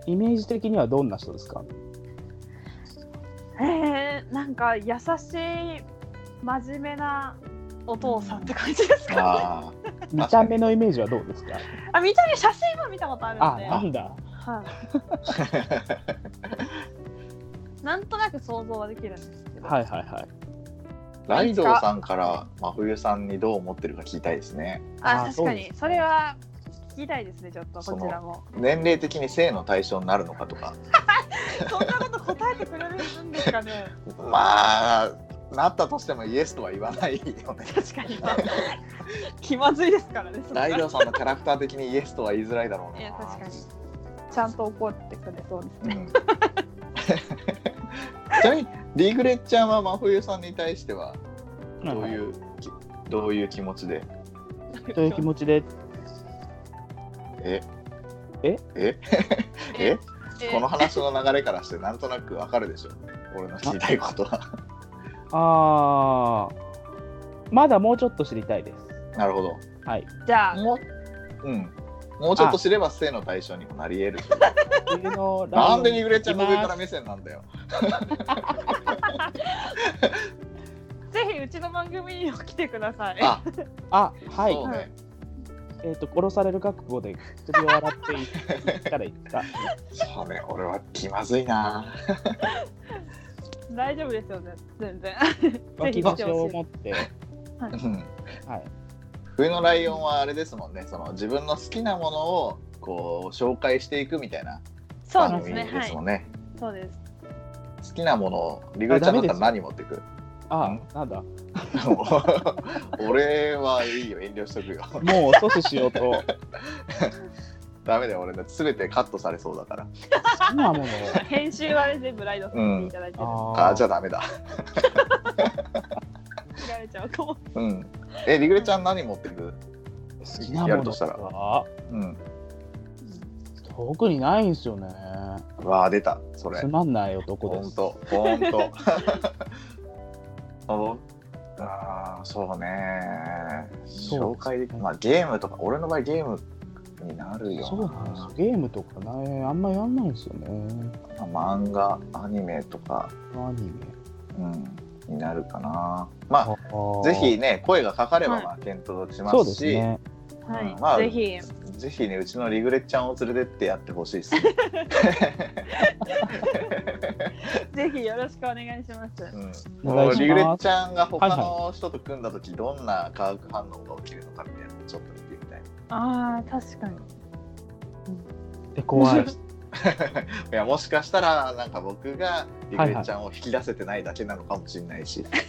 S2: イメージ的にはどんな人ですか
S3: えー、なんか優しい真面目なお父さんって感じですかね。
S1: ああ
S2: 見た目のイメージはどうですか
S3: あ見た目写真は見たことある
S2: あ、
S3: んで
S2: なんだ。
S3: はい、なんとなく想像はできるんですけど、
S2: はいはいはい。
S1: ライドウさんから真冬さんにどう思ってるか聞きたいですね。
S3: あ
S2: あー
S3: 確かに
S2: そうですね
S3: それは聞きたいですねちょっとこちらも
S1: 年齢的に性の対象になるのかとか。
S3: そんなこと答えてくれるんですかね
S1: まあ、なったとしてもイエスとは言わないよね。
S3: 確かに 気まずいですからねそれは
S1: ライドウさんのキャラクター的にイエスとは言いづらいだろうな。
S3: いや確かにちゃんと怒ってくれそうですね
S1: うん ちなみにリグレッちゃんは真冬さんに対してはどう、
S2: はいいう
S1: きどういう気持ちで
S2: どういう気持ちで、
S1: え
S2: え
S1: ええ
S3: え
S1: この話の流れからしてなんとなくわかるでしょ俺の聞きたいこと は
S2: ああ、まだもうちょっと知りたいです。
S1: なるほど
S2: はい。
S3: じゃあ
S1: もう,、うん、もうちょっと知れば性の対象にもなり得る
S2: 冬のライオン
S1: なんでリグレッちゃんの上から目線なんだよ
S3: ぜひうちの番組にも来てください
S1: あ
S2: あ、はい。
S1: そうね
S2: えっ、と、殺される覚悟で首を洗っていったらいいで すか。
S1: そうね俺は気まずいな
S3: 大丈夫ですよね全然ぜ
S2: 脇
S3: ひ来
S2: 腰
S3: てほ
S2: を
S3: しい
S2: 持って、
S1: うん
S2: はい。
S1: 冬のライオンはあれですもんねその自分の好きなものをこう紹介していくみたいな
S3: そう
S1: 番
S3: です
S1: 組
S3: ね
S1: で
S3: は
S1: すも
S3: い
S1: んね
S3: そうです
S1: 好きなものをリグレちゃんだったら何持ってく
S2: ああ、なんだ。
S1: 俺はいいよ遠慮しとくよ
S2: もう阻止しようと、好
S1: ダメだよ俺だって全てカットされそうだから
S2: きなものを。
S3: 編集はね全部ライドさんにいただいてる
S1: あ
S2: あ
S1: ーじゃ あ
S2: あ
S1: ダメだ
S3: 見られちゃうかも
S1: うんえリグレちゃん何持ってく
S2: 好きな
S1: や
S2: も
S1: る
S2: の
S1: と
S2: で
S1: し
S2: す
S1: たら
S2: か
S1: うん
S2: 特にないんですよね。
S1: うわあ出たそれ
S2: つまんない男
S1: ほ
S2: で
S1: ん
S2: す。
S1: とほん とおあーそうね
S2: そう
S1: 紹介できまあゲームとか俺の場合ゲームになるよ
S2: そうなんですよ。ゲームとかね、あんまやんないんですよね。
S1: まあ漫画アニメとか、
S2: アニメ。
S1: うん、になるかなまあ
S2: あー
S1: ぜひね、声がかかれば、まあ、検討しま
S2: そうですす
S1: し、
S2: ね。
S3: はい、
S1: まあ
S3: ぜひ
S1: ぜひね、うちのリグレッちゃんを連れてってやってほしいですね、
S3: ぜひよろしくお願いします。
S1: うん
S2: お願
S1: こ
S2: いします
S1: うリグレッちゃんが他の人と組んだ時、どんな化学反応が起きるのかみたいなのをちょっと見てみたい。
S3: ああ、確かに。
S2: で、怖 い。
S1: いやもしかしたら、なんか僕がリグレッちゃんを引き出せてないだけなのかもしれないし。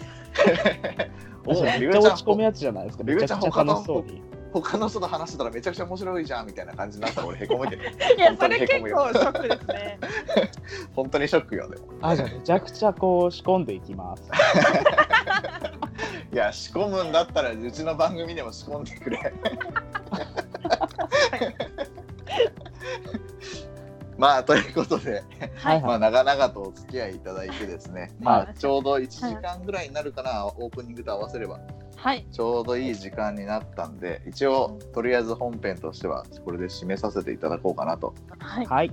S1: おお、リ
S2: め
S1: グ
S2: っ
S1: レ
S2: ち
S1: ッち
S2: ゃ
S1: ゃ
S2: 落ち込む
S1: ん、
S2: やつじゃないですか。
S1: リ
S2: め
S1: グレ
S2: ちゃ
S1: ちゃん
S2: くちゃ楽しそうに。
S1: 他の人と話してたらめちゃくちゃ面白いじゃんみたいな感じになったら俺、へこむけど、
S3: いや、
S1: 本当
S3: そ
S1: に
S3: れ
S1: へ
S3: 結
S1: こむ
S3: 構シ
S1: よ
S3: ョックですね。
S1: 本当にショックよ、でも。
S2: あ、じゃあめちゃくちゃこう仕込んでいきます。
S1: いや仕込むんだったらうちの番組でも仕込んでくれ まあということで、
S2: はい
S1: ま
S2: は
S1: あ、
S2: い。
S1: 長々とお付き合いいただいてですね、 まあ、ちょうど1時間ぐらいになるかな、オープニングと合わせれば
S3: はい、
S1: ちょうどいい時間になったんで一応とりあえず本編としてはこれで締めさせていただこうかなと
S3: はい、
S2: はい。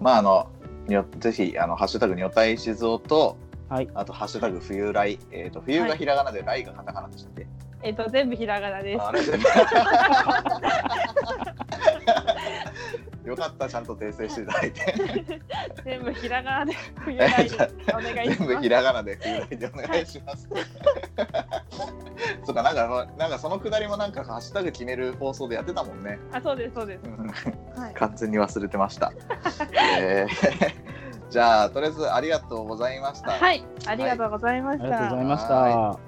S1: まああのにょぜひあの「ハッシュタグ女体静雄」と
S2: はい。
S1: あと「ハッシュタグ冬来」えーと冬がひらがなで来がカタカナでしたっけ
S3: えっと、全部ひらがなです。
S1: あれ よかった、ちゃんと訂正していただいて。
S3: 全部ひらがなで、冬ラ イブお願いし
S1: 全部ひ
S3: ます。
S1: らがなで冬来でお願いします。 そうか、なんか、なんかそのくだりもなんかハッシュタグ決める放送でやってたもんね。
S3: あ、そうです、そうです。はい、
S1: 完全に忘れてま した。え ーじゃあ、とりあえずありがとうございました。
S3: はい、ありがとうございま
S2: あ
S3: し
S2: りがとうござ。
S3: た
S2: いました。
S1: は